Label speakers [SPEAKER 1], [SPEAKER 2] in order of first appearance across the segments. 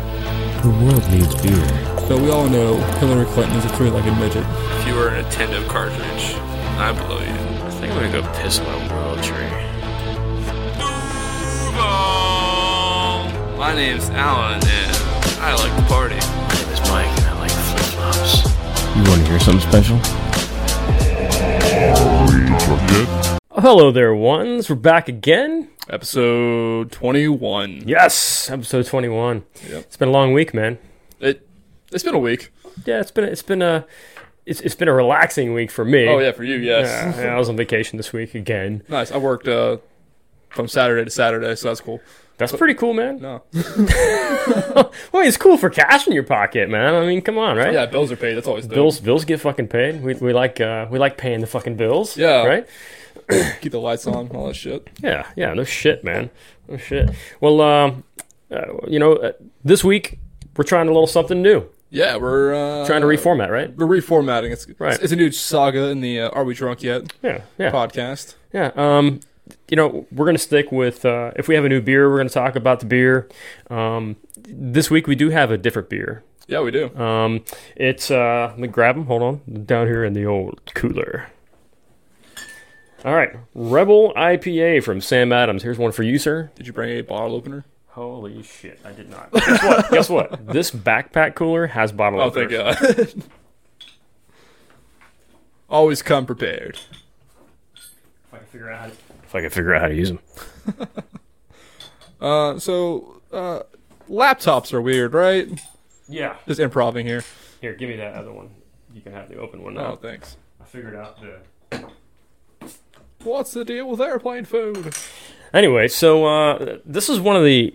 [SPEAKER 1] The world needs beer.
[SPEAKER 2] So we all know Hillary Clinton is a three-legged midget.
[SPEAKER 3] If you were a Nintendo cartridge, I blow you. I think I'm gonna go piss on a world tree. Duval! My name's Alan, and I like to party.
[SPEAKER 4] My name is Mike, and I like flip flops.
[SPEAKER 5] You want to hear something special?
[SPEAKER 6] Hello there, ones. We're back again.
[SPEAKER 2] Episode 21.
[SPEAKER 6] Yes, episode twenty-one.
[SPEAKER 2] Yep.
[SPEAKER 6] It's been a long week, man.
[SPEAKER 2] It, it's been a week.
[SPEAKER 6] Yeah, it's been it's been a it's, it's been a relaxing week for me.
[SPEAKER 2] Oh, yeah, for you, yes.
[SPEAKER 6] Yeah, yeah, I was on vacation this week again.
[SPEAKER 2] Nice. I worked uh, from Saturday to Saturday, so that's cool.
[SPEAKER 6] That's pretty cool, man.
[SPEAKER 2] No.
[SPEAKER 6] Well, it's cool for cash in your pocket, man. I mean, come on, right?
[SPEAKER 2] Yeah, bills are paid. That's always the
[SPEAKER 6] Bills bills get fucking paid. We, we like uh, we like paying the fucking bills.
[SPEAKER 2] Yeah.
[SPEAKER 6] Right.
[SPEAKER 2] Keep the lights on, all that shit.
[SPEAKER 6] Yeah, yeah, no shit, man. No shit. Well, um, uh, you know, uh, this week we're trying a little something new,
[SPEAKER 2] Yeah, we're uh,
[SPEAKER 6] trying to reformat, right?
[SPEAKER 2] We're reformatting. It's,
[SPEAKER 6] Right.
[SPEAKER 2] it's, it's a new saga in the uh, Are We Drunk Yet
[SPEAKER 6] Yeah, yeah,
[SPEAKER 2] podcast.
[SPEAKER 6] yeah. Um, you know, we're gonna stick with uh, if we have a new beer, we're gonna talk about the beer. Um, this week we do have a different beer.
[SPEAKER 2] Yeah, we do.
[SPEAKER 6] Um, it's uh, let me grab them. Hold on, down here in the old cooler. All right, Rebel IPA from Sam Adams. Here's one for you, sir.
[SPEAKER 2] Did you bring a bottle opener?
[SPEAKER 6] Holy shit, I did not. Guess what? Guess what? This backpack cooler has bottle
[SPEAKER 2] Oh, thank
[SPEAKER 6] openers.
[SPEAKER 2] God. Always come prepared.
[SPEAKER 6] If I can figure out how to, if I can figure out how to use them.
[SPEAKER 2] Uh, so, uh, laptops are weird, right?
[SPEAKER 6] Yeah.
[SPEAKER 2] Just improving here.
[SPEAKER 6] Here, give me that other one. You can have the open one
[SPEAKER 2] Oh, thanks.
[SPEAKER 6] I figured out the.
[SPEAKER 2] What's the deal with airplane food?
[SPEAKER 6] Anyway, so uh, this is one of the,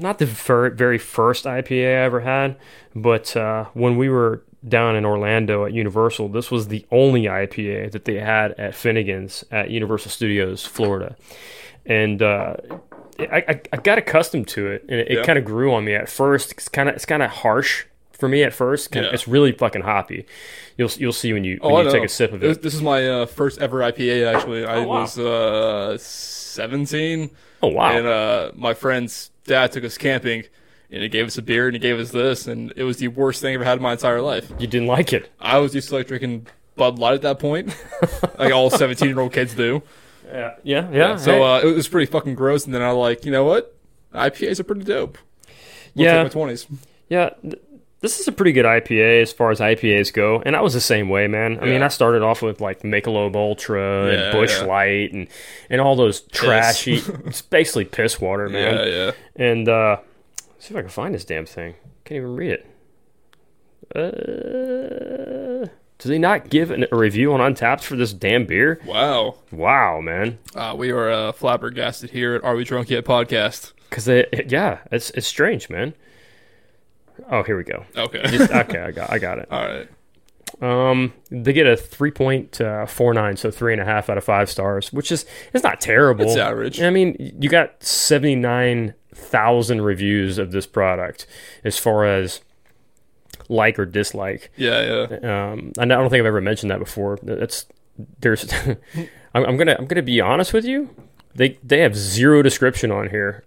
[SPEAKER 6] not the ver- very first IPA I ever had, but uh, when we were down in Orlando at Universal, this was the only IPA that they had at Finnegan's at Universal Studios, Florida. And uh, I, I, I got accustomed to it, and it,
[SPEAKER 2] Yeah.
[SPEAKER 6] it kind of grew on me at first. It's kind of it's kind of harsh for me at first. Kinda-
[SPEAKER 2] Yeah. Oh,
[SPEAKER 6] It's really fucking hoppy. You'll you'll see when you when you take a sip of
[SPEAKER 2] This,
[SPEAKER 6] it. Oh,
[SPEAKER 2] this is my uh, first ever IPA, actually. I
[SPEAKER 6] wow.
[SPEAKER 2] was uh, 17,
[SPEAKER 6] Oh wow!
[SPEAKER 2] and uh, my friend's dad took us camping, and he gave us a beer, and he gave us this, and it was the worst thing I've ever had in my entire life.
[SPEAKER 6] you didn't like it.
[SPEAKER 2] I was used to like drinking Bud Light at that point, like all 17 year old kids do.
[SPEAKER 6] Yeah, yeah, yeah.
[SPEAKER 2] So
[SPEAKER 6] hey.
[SPEAKER 2] uh, it was pretty fucking gross, and then I like, you know what? IPAs are pretty dope. We'll
[SPEAKER 6] Yeah.
[SPEAKER 2] take my twenties.
[SPEAKER 6] Yeah, th- this is a pretty good IPA as far as IPAs go, and I was the same way, man. I mean,
[SPEAKER 2] Yeah.
[SPEAKER 6] I started off with like Michelob Ultra
[SPEAKER 2] Yeah,
[SPEAKER 6] and Bush
[SPEAKER 2] yeah.
[SPEAKER 6] Light and and all those trashy, it's basically piss water, man.
[SPEAKER 2] Yeah, yeah.
[SPEAKER 6] And uh, let's see if I can find this damn thing. Can't even read it. Uh, do they not give an, a review on Untapped for this damn beer?
[SPEAKER 2] Wow.
[SPEAKER 6] Wow, man.
[SPEAKER 2] Uh, we are uh, flabbergasted here at Are We Drunk Yet podcast.
[SPEAKER 6] Because it, yeah, it's it's strange, man. Oh, here we go.
[SPEAKER 2] Okay.
[SPEAKER 6] Okay, I got I got it.
[SPEAKER 2] All right.
[SPEAKER 6] Um, they get a three point uh, four nine, so three and a half out of five stars, which is it's not terrible.
[SPEAKER 2] It's average.
[SPEAKER 6] I mean, you got seventy nine thousand reviews of this product as far as like or dislike.
[SPEAKER 2] Yeah, yeah.
[SPEAKER 6] Um, and I don't think I've ever mentioned that before. That's there's. I'm, I'm gonna I'm gonna be honest with you. They they have zero description on here.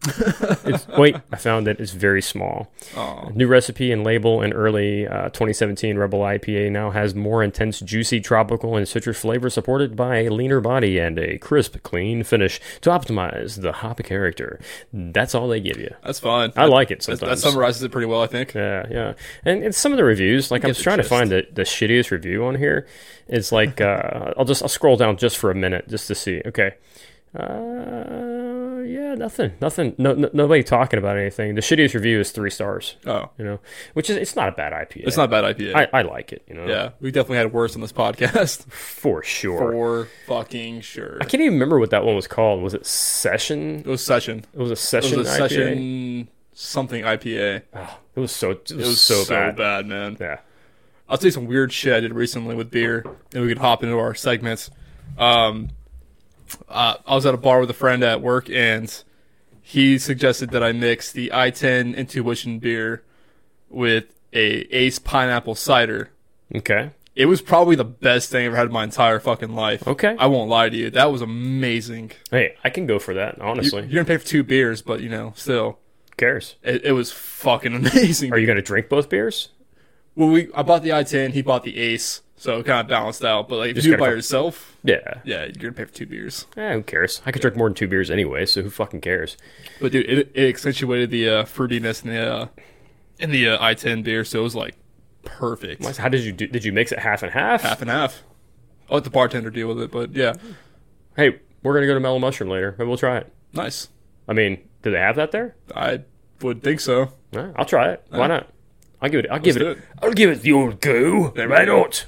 [SPEAKER 6] It's, wait, I found it. It's very small.
[SPEAKER 2] Oh,
[SPEAKER 6] New recipe and label in early uh, 2017 Rebel IPA now has more intense, juicy, tropical, and citrus flavor supported by a leaner body and a crisp, clean finish to optimize the hop character. That's all they give you.
[SPEAKER 2] that's fine.
[SPEAKER 6] I like it
[SPEAKER 2] That,
[SPEAKER 6] sometimes.
[SPEAKER 2] that summarizes it pretty well, I think.
[SPEAKER 6] Yeah, yeah. And, and some of the reviews, like I'm
[SPEAKER 2] the
[SPEAKER 6] trying to
[SPEAKER 2] gist.
[SPEAKER 6] find the, the shittiest review on here. It's like uh, I'll just I'll scroll down just for a minute just to see. Okay. Uh, yeah, nothing, nothing. No, no, nobody talking about anything. The shittiest review is three stars.
[SPEAKER 2] Oh,
[SPEAKER 6] You know, which is it's not a bad IPA.
[SPEAKER 2] it's not a bad IPA.
[SPEAKER 6] I, I like it. You know,
[SPEAKER 2] yeah, we definitely had worse on this podcast
[SPEAKER 6] for sure.
[SPEAKER 2] for fucking sure.
[SPEAKER 6] I can't even remember what that one was called. Was it Session?
[SPEAKER 2] It was session.
[SPEAKER 6] It was a
[SPEAKER 2] It
[SPEAKER 6] Session
[SPEAKER 2] was a
[SPEAKER 6] IPA.
[SPEAKER 2] session something IPA.
[SPEAKER 6] It was so it was,
[SPEAKER 2] It was
[SPEAKER 6] so, bad.
[SPEAKER 2] man.
[SPEAKER 6] Yeah.
[SPEAKER 2] I'll tell you some weird shit I did recently with beer, and we could hop into our segments. Um, uh, I was at a bar with a friend at work, and he suggested that I mix the I-10 Intuition beer with a Ace pineapple cider.
[SPEAKER 6] Okay.
[SPEAKER 2] It was probably the best thing I ever had in my entire fucking life.
[SPEAKER 6] Okay.
[SPEAKER 2] I won't lie to you. That was amazing.
[SPEAKER 6] Hey, I can go for that
[SPEAKER 2] You,
[SPEAKER 6] honestly.
[SPEAKER 2] you're gonna pay for two beers, but you know, still.
[SPEAKER 6] cares?
[SPEAKER 2] It, it was fucking amazing.
[SPEAKER 6] Are you going to drink both beers?
[SPEAKER 2] Well, we I bought the i10, he bought the Ace, so it kind of balanced out. But like, if
[SPEAKER 6] Just
[SPEAKER 2] you do it
[SPEAKER 6] gotta
[SPEAKER 2] by
[SPEAKER 6] fu-
[SPEAKER 2] yourself,
[SPEAKER 6] Yeah.
[SPEAKER 2] yeah, you're gonna pay for two beers.
[SPEAKER 6] Eh, who cares? I could drink more than two beers anyway, so who fucking cares?
[SPEAKER 2] But dude, it, it accentuated the uh, fruitiness in the uh, in the uh, i10 beer, so it was like perfect,
[SPEAKER 6] Why- How did you do? Did you mix it half and half?
[SPEAKER 2] half and half. I'll let the bartender deal with it, but yeah,
[SPEAKER 6] Hey, we're gonna go to Mellow Mushroom later. Maybe we'll try it.
[SPEAKER 2] nice.
[SPEAKER 6] I mean, do they have that there?
[SPEAKER 2] I would think so.
[SPEAKER 6] Eh, I'll try it. Why not? I'll give it. I'll give it,
[SPEAKER 2] do it.
[SPEAKER 6] I'll give it the old go.
[SPEAKER 2] we
[SPEAKER 6] Why
[SPEAKER 2] go.
[SPEAKER 6] not?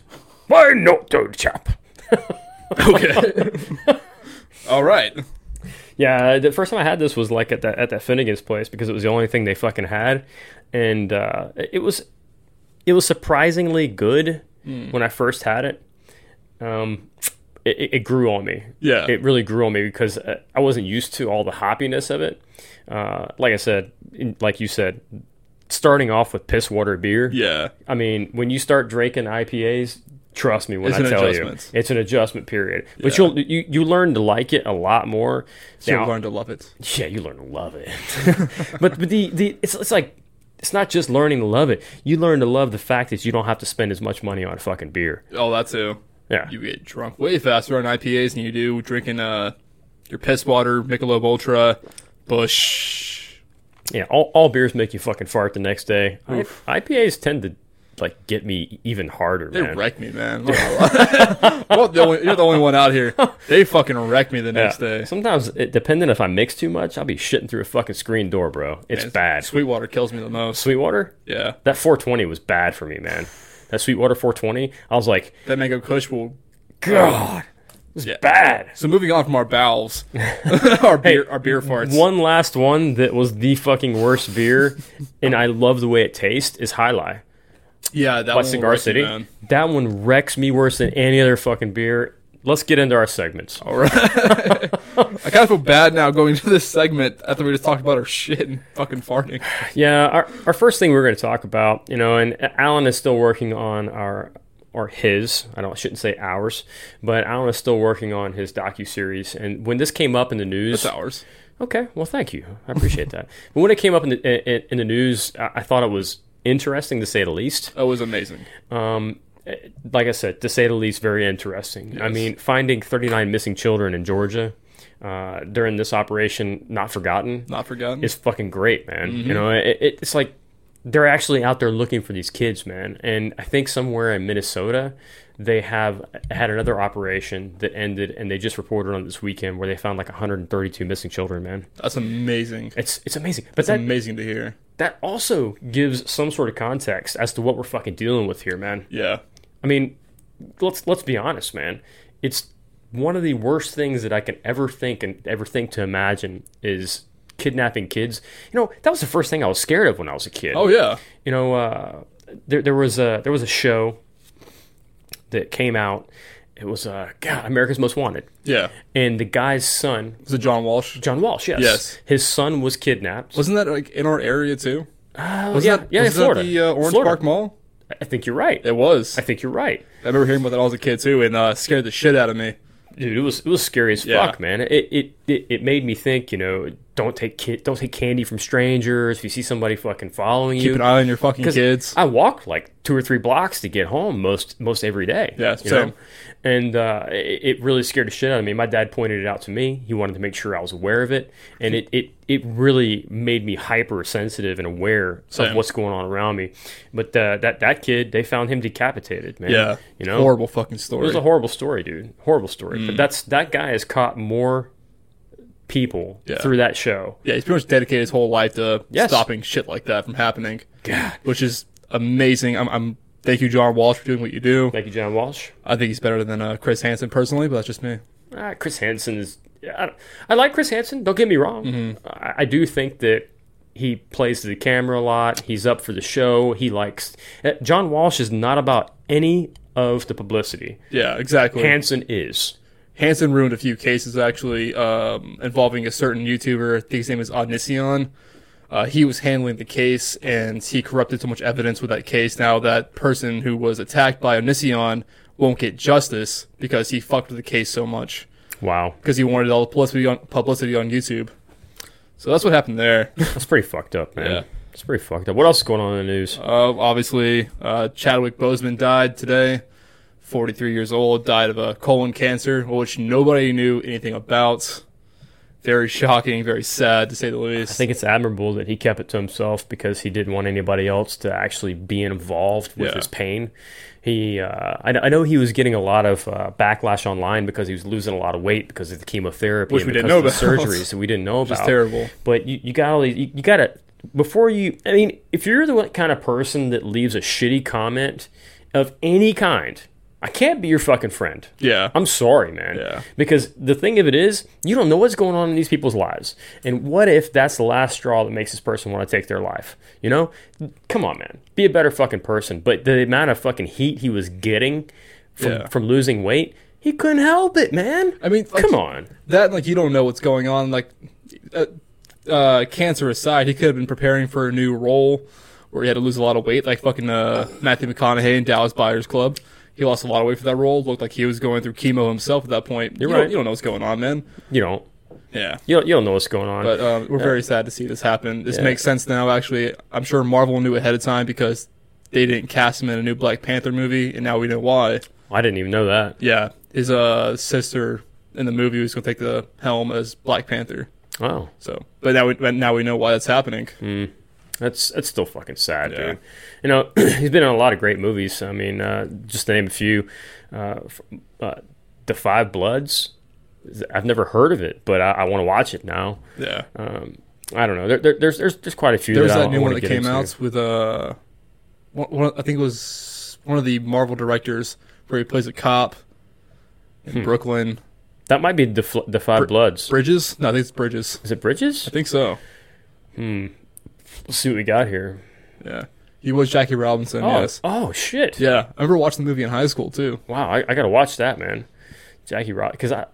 [SPEAKER 6] Why not, old chap?
[SPEAKER 2] Okay. All right.
[SPEAKER 6] Yeah, the first time I had this was like at that at that Finnegan's place because it was the only thing they fucking had, and uh, it was it was surprisingly good
[SPEAKER 2] Hmm.
[SPEAKER 6] when I first had it. Um, it, it- it grew on me.
[SPEAKER 2] Yeah.
[SPEAKER 6] it really grew on me because uh, I wasn't used to all the hoppiness of it. Uh, like I said, in, like you said, starting off with piss water beer.
[SPEAKER 2] Yeah.
[SPEAKER 6] I mean, when you start drinking IPAs, trust me when
[SPEAKER 2] It's
[SPEAKER 6] I
[SPEAKER 2] an
[SPEAKER 6] tell you,
[SPEAKER 2] adjustment.
[SPEAKER 6] it's an adjustment period. But you'll you, you learn to like it a lot more.
[SPEAKER 2] So
[SPEAKER 6] Now-
[SPEAKER 2] we learned to love it.
[SPEAKER 6] yeah, you learn to love it. but but the, the it's it's like it's not just learning to love it. You learn to love the fact that you don't have to spend as much money on fucking beer.
[SPEAKER 2] Oh, that too.
[SPEAKER 6] Yeah.
[SPEAKER 2] You get drunk way faster on IPAs than you do drinking uh your piss water, Michelob Ultra, Bush.
[SPEAKER 6] Yeah, all, all beers make you fucking fart the next day. I, IPAs tend to like get me even harder,
[SPEAKER 2] They
[SPEAKER 6] man.
[SPEAKER 2] wreck me, man. well, the only, you're the only one out here. They fucking wreck me the
[SPEAKER 6] Yeah.
[SPEAKER 2] next day.
[SPEAKER 6] Sometimes, it, depending if I mix too much, I'll be shitting through a fucking screen door, bro. It's bad.
[SPEAKER 2] Sweetwater kills me the most.
[SPEAKER 6] Sweetwater,
[SPEAKER 2] Yeah,
[SPEAKER 6] that 420 was bad for me, man. That Sweetwater 420, I was like,
[SPEAKER 2] that mango kush will.
[SPEAKER 6] God, it's
[SPEAKER 2] Yeah.
[SPEAKER 6] bad.
[SPEAKER 2] So moving on from our bowels, our beer, our beer farts.
[SPEAKER 6] One last one that was the fucking worst beer, and I love the way it tastes is High Lie
[SPEAKER 2] yeah, that
[SPEAKER 6] by
[SPEAKER 2] one will
[SPEAKER 6] Cigar
[SPEAKER 2] wreck you,
[SPEAKER 6] City.
[SPEAKER 2] Oh, man.
[SPEAKER 6] That one wrecks me worse than any other fucking beer. Let's get into our segments.
[SPEAKER 2] All right. I kind of feel bad now going to this segment after we just talked about our shit and fucking farting.
[SPEAKER 6] Yeah, our, our first thing we're going to talk about, you know, and Alan is still working on our or his. I don't I shouldn't say ours, but Alan is still working on his docu series. And when this came up in the news,
[SPEAKER 2] It's ours.
[SPEAKER 6] Okay, well, thank you. I appreciate that. But when it came up in the in, in the news, I, I thought it was interesting to say the least.
[SPEAKER 2] That was amazing.
[SPEAKER 6] Um, eh, like I said, to say the least, very interesting. I mean, finding 39 missing children in Georgia uh, during this operation, not forgotten,
[SPEAKER 2] Not forgotten.
[SPEAKER 6] is fucking great, man. You know, it, it, it's like they're actually out there looking for these kids, man. And I think somewhere in Minnesota, they have had another operation that ended, and they just reported on it this weekend where they found like 132 missing children, man.
[SPEAKER 2] That's amazing.
[SPEAKER 6] It's it's amazing, but that
[SPEAKER 2] amazing to hear.
[SPEAKER 6] that also gives some sort of context as to what we're fucking dealing with here, man.
[SPEAKER 2] Yeah.
[SPEAKER 6] I mean, let's let's be honest, man. It's one of the worst things that I can ever think and ever think to imagine is kidnapping kids. You know, that was the first thing I was scared of when I was a kid.
[SPEAKER 2] Oh yeah.
[SPEAKER 6] You know, uh, there there was a there was a show that came out. It was uh, God, America's Most Wanted,
[SPEAKER 2] Yeah.
[SPEAKER 6] and the guy's son,
[SPEAKER 2] Was it John Walsh?
[SPEAKER 6] John Walsh. Yes,
[SPEAKER 2] Yes.
[SPEAKER 6] his son was kidnapped.
[SPEAKER 2] Wasn't that like in our area too?
[SPEAKER 6] Oh,
[SPEAKER 2] Was
[SPEAKER 6] yeah,
[SPEAKER 2] that,
[SPEAKER 6] yeah,
[SPEAKER 2] was that
[SPEAKER 6] Florida.
[SPEAKER 2] the uh, Orange
[SPEAKER 6] Florida.
[SPEAKER 2] Park Mall?
[SPEAKER 6] I think you're right.
[SPEAKER 2] It was.
[SPEAKER 6] I think you're right,
[SPEAKER 2] I remember hearing about that when I was a kid too, and uh, scared the shit out of me.
[SPEAKER 6] dude. It was it was scary as
[SPEAKER 2] Yeah.
[SPEAKER 6] fuck, man. It, it it it made me think. You know, don't take kid, don't take candy from strangers. If you see somebody fucking following
[SPEAKER 2] Keep
[SPEAKER 6] you,
[SPEAKER 2] an eye on your fucking
[SPEAKER 6] 'Cause
[SPEAKER 2] kids.
[SPEAKER 6] I walk like two or three blocks to get home most most every day.
[SPEAKER 2] Yeah,
[SPEAKER 6] you know?
[SPEAKER 2] same.
[SPEAKER 6] And uh, it, it really scared the shit out of me. My dad pointed it out to me. He wanted to make sure I was aware of it, and it it, it really made me hypersensitive and aware of
[SPEAKER 2] Same.
[SPEAKER 6] what's going on around me. But uh, that that kid, they found him decapitated, man.
[SPEAKER 2] yeah,
[SPEAKER 6] you know,
[SPEAKER 2] horrible fucking story.
[SPEAKER 6] It was a horrible story, dude. Horrible story.
[SPEAKER 2] Mm.
[SPEAKER 6] But that's that guy has caught more people
[SPEAKER 2] Yeah.
[SPEAKER 6] through that show.
[SPEAKER 2] yeah, he's pretty much dedicated his whole life to
[SPEAKER 6] Yes.
[SPEAKER 2] stopping shit like that from happening. God, which is amazing. I'm, I'm thank you, John Walsh, for doing what you do.
[SPEAKER 6] Thank you, John Walsh.
[SPEAKER 2] I think he's better than uh, Chris Hansen personally, but that's just me.
[SPEAKER 6] Ah, Chris Hansen is. I, don't- I like Chris Hansen. Don't get me wrong.
[SPEAKER 2] Mm-hmm.
[SPEAKER 6] I, I do think that he plays to the camera a lot. He's up for the show. He likes. eh, John Walsh is not about any of the publicity.
[SPEAKER 2] Yeah, exactly.
[SPEAKER 6] Hansen is.
[SPEAKER 2] Hansen ruined a few cases actually um, involving a certain YouTuber. I think his name is Odnision. Uh, he was handling the case and he corrupted so much evidence with that case. Now that person who was attacked by Odnision won't get justice because he fucked with the case so much
[SPEAKER 6] Wow.
[SPEAKER 2] because he wanted all the publicity on, publicity on YouTube. So that's what happened there.
[SPEAKER 6] That's pretty fucked up, man.
[SPEAKER 2] Yeah.
[SPEAKER 6] It's pretty fucked up. What else is going on in the news?
[SPEAKER 2] Uh, obviously, uh, Chadwick Boseman died today, 43 years old, died of a colon cancer, which nobody knew anything about. Very shocking, very sad to say the least.
[SPEAKER 6] I think it's admirable that he kept it to himself because he didn't want anybody else to actually be involved with
[SPEAKER 2] Yeah.
[SPEAKER 6] his pain. He, uh, I, I know he was getting a lot of uh, backlash online because he was losing a lot of weight because of the chemotherapy,
[SPEAKER 2] Which
[SPEAKER 6] and
[SPEAKER 2] we didn't
[SPEAKER 6] because of
[SPEAKER 2] know
[SPEAKER 6] the
[SPEAKER 2] about.
[SPEAKER 6] surgeries that we didn't know about.
[SPEAKER 2] is terrible.
[SPEAKER 6] But you, you got all these. You, you got to before you. I mean, if you're the one kind of person that leaves a shitty comment of any kind, I can't be your fucking friend.
[SPEAKER 2] Yeah.
[SPEAKER 6] I'm sorry, man.
[SPEAKER 2] Yeah.
[SPEAKER 6] Because the thing of it is, you don't know what's going on in these people's lives. And what if that's the last straw that makes this person want to take their life? You know? Come on, man. Be a better fucking person. But the amount of fucking heat he was getting from,
[SPEAKER 2] Yeah.
[SPEAKER 6] from losing weight, he couldn't help it, man.
[SPEAKER 2] I mean, like-
[SPEAKER 6] come on.
[SPEAKER 2] that like you don't know what's going on like uh, uh cancer aside he could have been preparing for a new role where he had to lose a lot of weight like fucking uh matthew mcconaughey in dallas buyers club he lost a lot of weight for that role looked like he was going through chemo himself at that point You're you
[SPEAKER 6] right.
[SPEAKER 2] Don't, you don't know what's going on man
[SPEAKER 6] You don't.
[SPEAKER 2] yeah
[SPEAKER 6] You don't, you don't know what's going on.
[SPEAKER 2] but um, we're very sad to see this happen this makes sense now actually i'm sure marvel knew ahead of time because they didn't cast him in a new black panther movie and now we know why
[SPEAKER 6] I didn't even know that.
[SPEAKER 2] yeah his uh sister in the movie was going to take the helm as black panther
[SPEAKER 6] Wow.
[SPEAKER 2] so, but now we but now we know why that's happening.
[SPEAKER 6] Hmm. That's that's still fucking sad,
[SPEAKER 2] Yeah.
[SPEAKER 6] dude. You know, he's been in a lot of great movies. I mean, uh, just to name a few, uh, f- uh, The Five Bloods. I've never heard of it, but I, I want to watch it now.
[SPEAKER 2] Yeah,
[SPEAKER 6] Um, I don't know. There, there, there's there's there's quite a few.
[SPEAKER 2] there was
[SPEAKER 6] that, I-
[SPEAKER 2] that
[SPEAKER 6] I
[SPEAKER 2] new one
[SPEAKER 6] wanna
[SPEAKER 2] that
[SPEAKER 6] get
[SPEAKER 2] came
[SPEAKER 6] into.
[SPEAKER 2] out with uh, one, one, I think it was one of the Marvel directors where he plays a cop in
[SPEAKER 6] Hmm.
[SPEAKER 2] Brooklyn.
[SPEAKER 6] That might be the Fl- the Five
[SPEAKER 2] Br-
[SPEAKER 6] Bloods.
[SPEAKER 2] Bridges? No, I think it's Bridges.
[SPEAKER 6] Is it Bridges?
[SPEAKER 2] I think so.
[SPEAKER 6] Let's see what we got here.
[SPEAKER 2] Yeah, he was Jackie Robinson.
[SPEAKER 6] Oh,
[SPEAKER 2] Yes.
[SPEAKER 6] oh shit!
[SPEAKER 2] Yeah, I remember watching the movie in high school too.
[SPEAKER 6] Wow, I, I gotta watch that, man. Jackie Rock, because I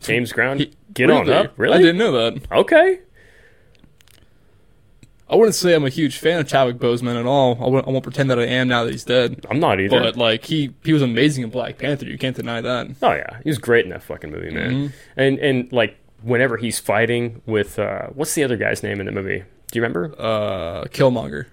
[SPEAKER 6] James Ground,
[SPEAKER 2] He-
[SPEAKER 6] get on up,
[SPEAKER 2] I
[SPEAKER 6] really?
[SPEAKER 2] didn't know that.
[SPEAKER 6] Okay.
[SPEAKER 2] I wouldn't say I'm a huge fan of Chadwick Boseman at all. I won't, I won't pretend that I am now that he's dead.
[SPEAKER 6] I'm not either.
[SPEAKER 2] But like he he was amazing in Black Panther. You can't deny that.
[SPEAKER 6] Oh yeah, he was great in that fucking movie, man.
[SPEAKER 2] Mm-hmm.
[SPEAKER 6] And and like whenever he's fighting with uh, what's the other guy's name in the movie? Do you remember
[SPEAKER 2] Uh, Killmonger.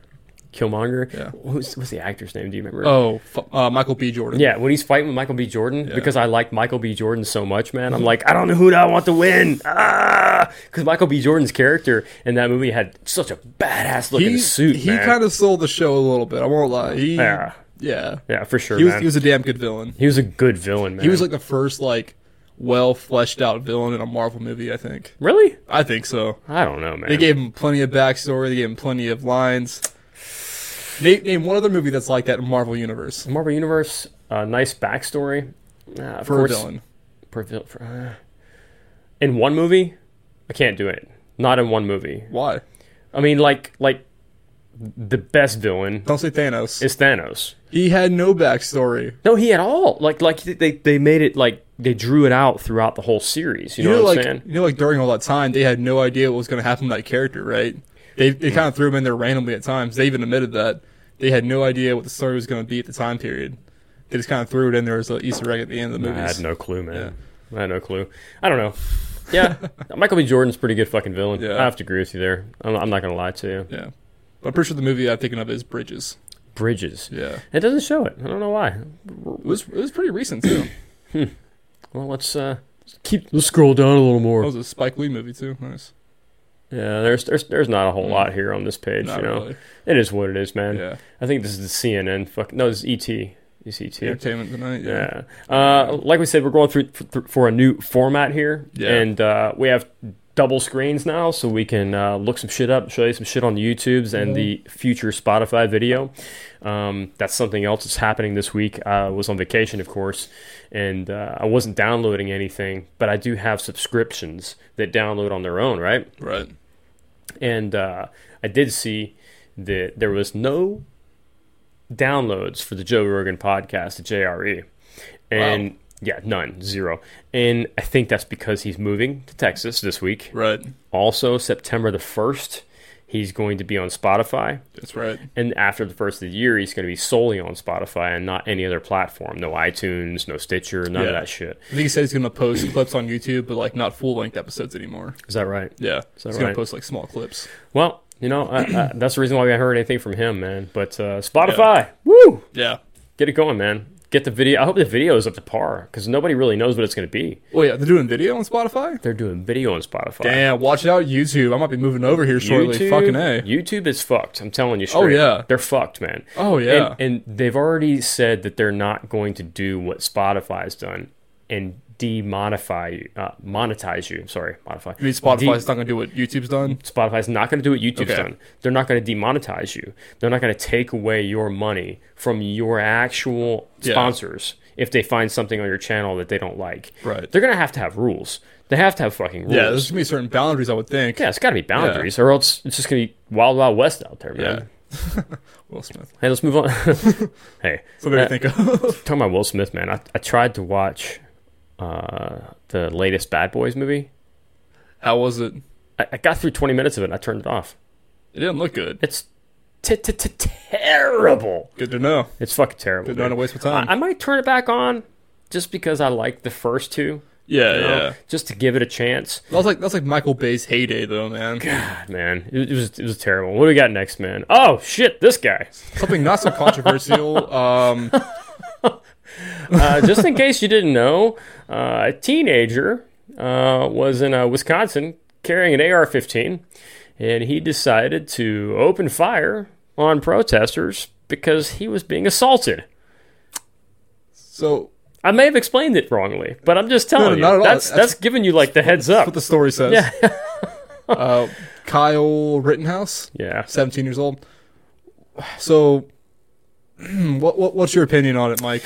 [SPEAKER 6] Killmonger?
[SPEAKER 2] yeah.
[SPEAKER 6] Who's, what's the actor's name? Do you remember?
[SPEAKER 2] Oh, fu- uh, Michael B. Jordan.
[SPEAKER 6] Yeah, when he's fighting with Michael B. Jordan, because I like Michael B. Jordan so much, man.
[SPEAKER 2] Mm-hmm.
[SPEAKER 6] I'm like, I don't know who do I want to win. Ah, because Michael B. Jordan's character in that movie had such a badass looking
[SPEAKER 2] he
[SPEAKER 6] suit.
[SPEAKER 2] he
[SPEAKER 6] man.
[SPEAKER 2] kind of sold the show a little bit. I won't lie. He,
[SPEAKER 6] yeah,
[SPEAKER 2] yeah.
[SPEAKER 6] yeah, for sure,
[SPEAKER 2] He was
[SPEAKER 6] man.
[SPEAKER 2] he was a damn good villain.
[SPEAKER 6] a good villain, man.
[SPEAKER 2] He was like the first like well fleshed out villain in a Marvel movie. I think.
[SPEAKER 6] really?
[SPEAKER 2] I think so.
[SPEAKER 6] I don't know, man.
[SPEAKER 2] They gave him plenty of backstory. They gave him plenty of lines. Name, name one other movie that's like that in Marvel universe
[SPEAKER 6] Marvel Universe, uh, nice backstory. Ah, of
[SPEAKER 2] for
[SPEAKER 6] course,
[SPEAKER 2] a villain.
[SPEAKER 6] per vil- for- uh, in one movie i can't do it not in one movie
[SPEAKER 2] Why?
[SPEAKER 6] i mean like like the best villain
[SPEAKER 2] Don't say Thanos.
[SPEAKER 6] is thanos
[SPEAKER 2] he had no backstory.
[SPEAKER 6] no he had all like like they, they made it like they drew it out throughout the whole series you,
[SPEAKER 2] You
[SPEAKER 6] know,
[SPEAKER 2] know,
[SPEAKER 6] what
[SPEAKER 2] like
[SPEAKER 6] i'm saying
[SPEAKER 2] you know, like during all that time, they had no idea what was going to happen to that character, right? They they
[SPEAKER 6] Mm.
[SPEAKER 2] kind of threw him in there randomly at times. They even admitted that they had no idea what the story was going to be at the time period. They just kind of threw it in there as an Easter egg at the end of the
[SPEAKER 6] i had
[SPEAKER 2] movies.
[SPEAKER 6] no clue man i had no clue i don't know yeah michael b jordan's a pretty good fucking villain
[SPEAKER 2] Yeah.
[SPEAKER 6] i have to agree with you there i'm, I'm not gonna lie to you
[SPEAKER 2] Yeah, but I'm pretty sure the movie I'm thinking of is Bridges.
[SPEAKER 6] bridges
[SPEAKER 2] Yeah,
[SPEAKER 6] it doesn't show it i don't know why
[SPEAKER 2] it was it was pretty recent too.
[SPEAKER 6] well let's uh keep let's scroll down a little more
[SPEAKER 2] That was a Spike Lee movie too. Nice.
[SPEAKER 6] Yeah, there's there's there's not a whole lot here on this page.
[SPEAKER 2] Hmm. Not
[SPEAKER 6] you know,
[SPEAKER 2] really.
[SPEAKER 6] it is what it is, man.
[SPEAKER 2] Yeah.
[SPEAKER 6] I think this is the CNN. Fuck, no, this is ET. This is ET.
[SPEAKER 2] Entertainment Tonight. Yeah.
[SPEAKER 6] Yeah. Uh, like we said, we're going through for, for a new format here,
[SPEAKER 2] Yeah.
[SPEAKER 6] and uh, we have double screens now, so we can uh, look some shit up, show you some shit on the YouTubes and the future Spotify video. Um, that's something else that's happening this week. I was on vacation, of course, and uh, I wasn't downloading anything, but I do have subscriptions that download on their own, right?
[SPEAKER 2] Right.
[SPEAKER 6] and uh, I did see that there was no downloads for the Joe Rogan podcast, the JRE, and yeah, none, zero. And I think that's because he's moving to Texas this week.
[SPEAKER 2] Right.
[SPEAKER 6] Also, September the first, he's going to be on Spotify.
[SPEAKER 2] That's right.
[SPEAKER 6] And after the first of the year, he's going to be solely on Spotify and not any other platform. No iTunes, no Stitcher, none of
[SPEAKER 2] Yeah.
[SPEAKER 6] that shit.
[SPEAKER 2] I think he said he's gonna post clips on YouTube, but like not full length episodes anymore.
[SPEAKER 6] Is that right?
[SPEAKER 2] Yeah,
[SPEAKER 6] that
[SPEAKER 2] he's gonna
[SPEAKER 6] right?
[SPEAKER 2] post like small clips.
[SPEAKER 6] Well, you know, I, I, that's the reason why we haven't heard anything from him, man. But uh, Spotify, woo!
[SPEAKER 2] Yeah.
[SPEAKER 6] Get it going, man. Get the video. I hope the video is up to par because nobody really knows what it's going to be.
[SPEAKER 2] Oh yeah, they're doing video on Spotify.
[SPEAKER 6] They're doing video on Spotify.
[SPEAKER 2] Damn, watch out, YouTube. I might be moving over here shortly.
[SPEAKER 6] YouTube,
[SPEAKER 2] Fucking a.
[SPEAKER 6] YouTube is fucked. I'm telling you straight.
[SPEAKER 2] Oh, yeah.
[SPEAKER 6] they're fucked, man.
[SPEAKER 2] Oh, yeah.
[SPEAKER 6] And, and they've already said that they're not going to do what Spotify's done and demonetize you, uh, monetize you. Sorry, modify.
[SPEAKER 2] I mean, Spotify's not gonna do what YouTube's done.
[SPEAKER 6] Spotify's not going to do what YouTube's
[SPEAKER 2] Okay.
[SPEAKER 6] done. They're not going to demonetize you. They're not going to take away your money from your actual
[SPEAKER 2] Yeah.
[SPEAKER 6] sponsors if they find something on your channel that they don't like.
[SPEAKER 2] Right.
[SPEAKER 6] They're going to have to have rules. They have to have fucking rules.
[SPEAKER 2] Yeah, there's gonna be certain boundaries, I would think.
[SPEAKER 6] Yeah, it's got to be boundaries, or else it's just going to be wild, wild west out there, man.
[SPEAKER 2] Yeah. Will Smith.
[SPEAKER 6] Hey, let's move on. hey,
[SPEAKER 2] Something
[SPEAKER 6] uh,
[SPEAKER 2] to think of.
[SPEAKER 6] talking about Will Smith, man. I, I tried to watch uh, the latest Bad Boys movie.
[SPEAKER 2] How was it?
[SPEAKER 6] I, I got through 20 minutes of it. and I turned it off.
[SPEAKER 2] It didn't look good.
[SPEAKER 6] It's t- t- t- terrible.
[SPEAKER 2] Good to know.
[SPEAKER 6] It's fucking terrible.
[SPEAKER 2] Good not
[SPEAKER 6] man.
[SPEAKER 2] a waste of
[SPEAKER 6] I,
[SPEAKER 2] time.
[SPEAKER 6] I might turn it back on just because I like the first two.
[SPEAKER 2] yeah,
[SPEAKER 6] you know,
[SPEAKER 2] yeah.
[SPEAKER 6] Just to give it a chance,
[SPEAKER 2] That was like that's like Michael Bay's heyday though, man.
[SPEAKER 6] man. It, it was it was terrible. What do we got next, man? Oh shit, this guy.
[SPEAKER 2] Something not so controversial. Um,
[SPEAKER 6] Uh, just in case you didn't know, uh, a teenager uh, was in uh, Wisconsin carrying an AR 15, and he decided to open fire on protesters because he was being assaulted.
[SPEAKER 2] so
[SPEAKER 6] I may have explained it wrongly, but I'm just
[SPEAKER 2] no,
[SPEAKER 6] telling
[SPEAKER 2] not at
[SPEAKER 6] you.
[SPEAKER 2] all.
[SPEAKER 6] That's, that's
[SPEAKER 2] That's-
[SPEAKER 6] giving you like the heads
[SPEAKER 2] what
[SPEAKER 6] up.
[SPEAKER 2] the story says. uh, Kyle Rittenhouse,
[SPEAKER 6] Yeah.
[SPEAKER 2] 17 years old. So, what, what what's your opinion on it, Mike?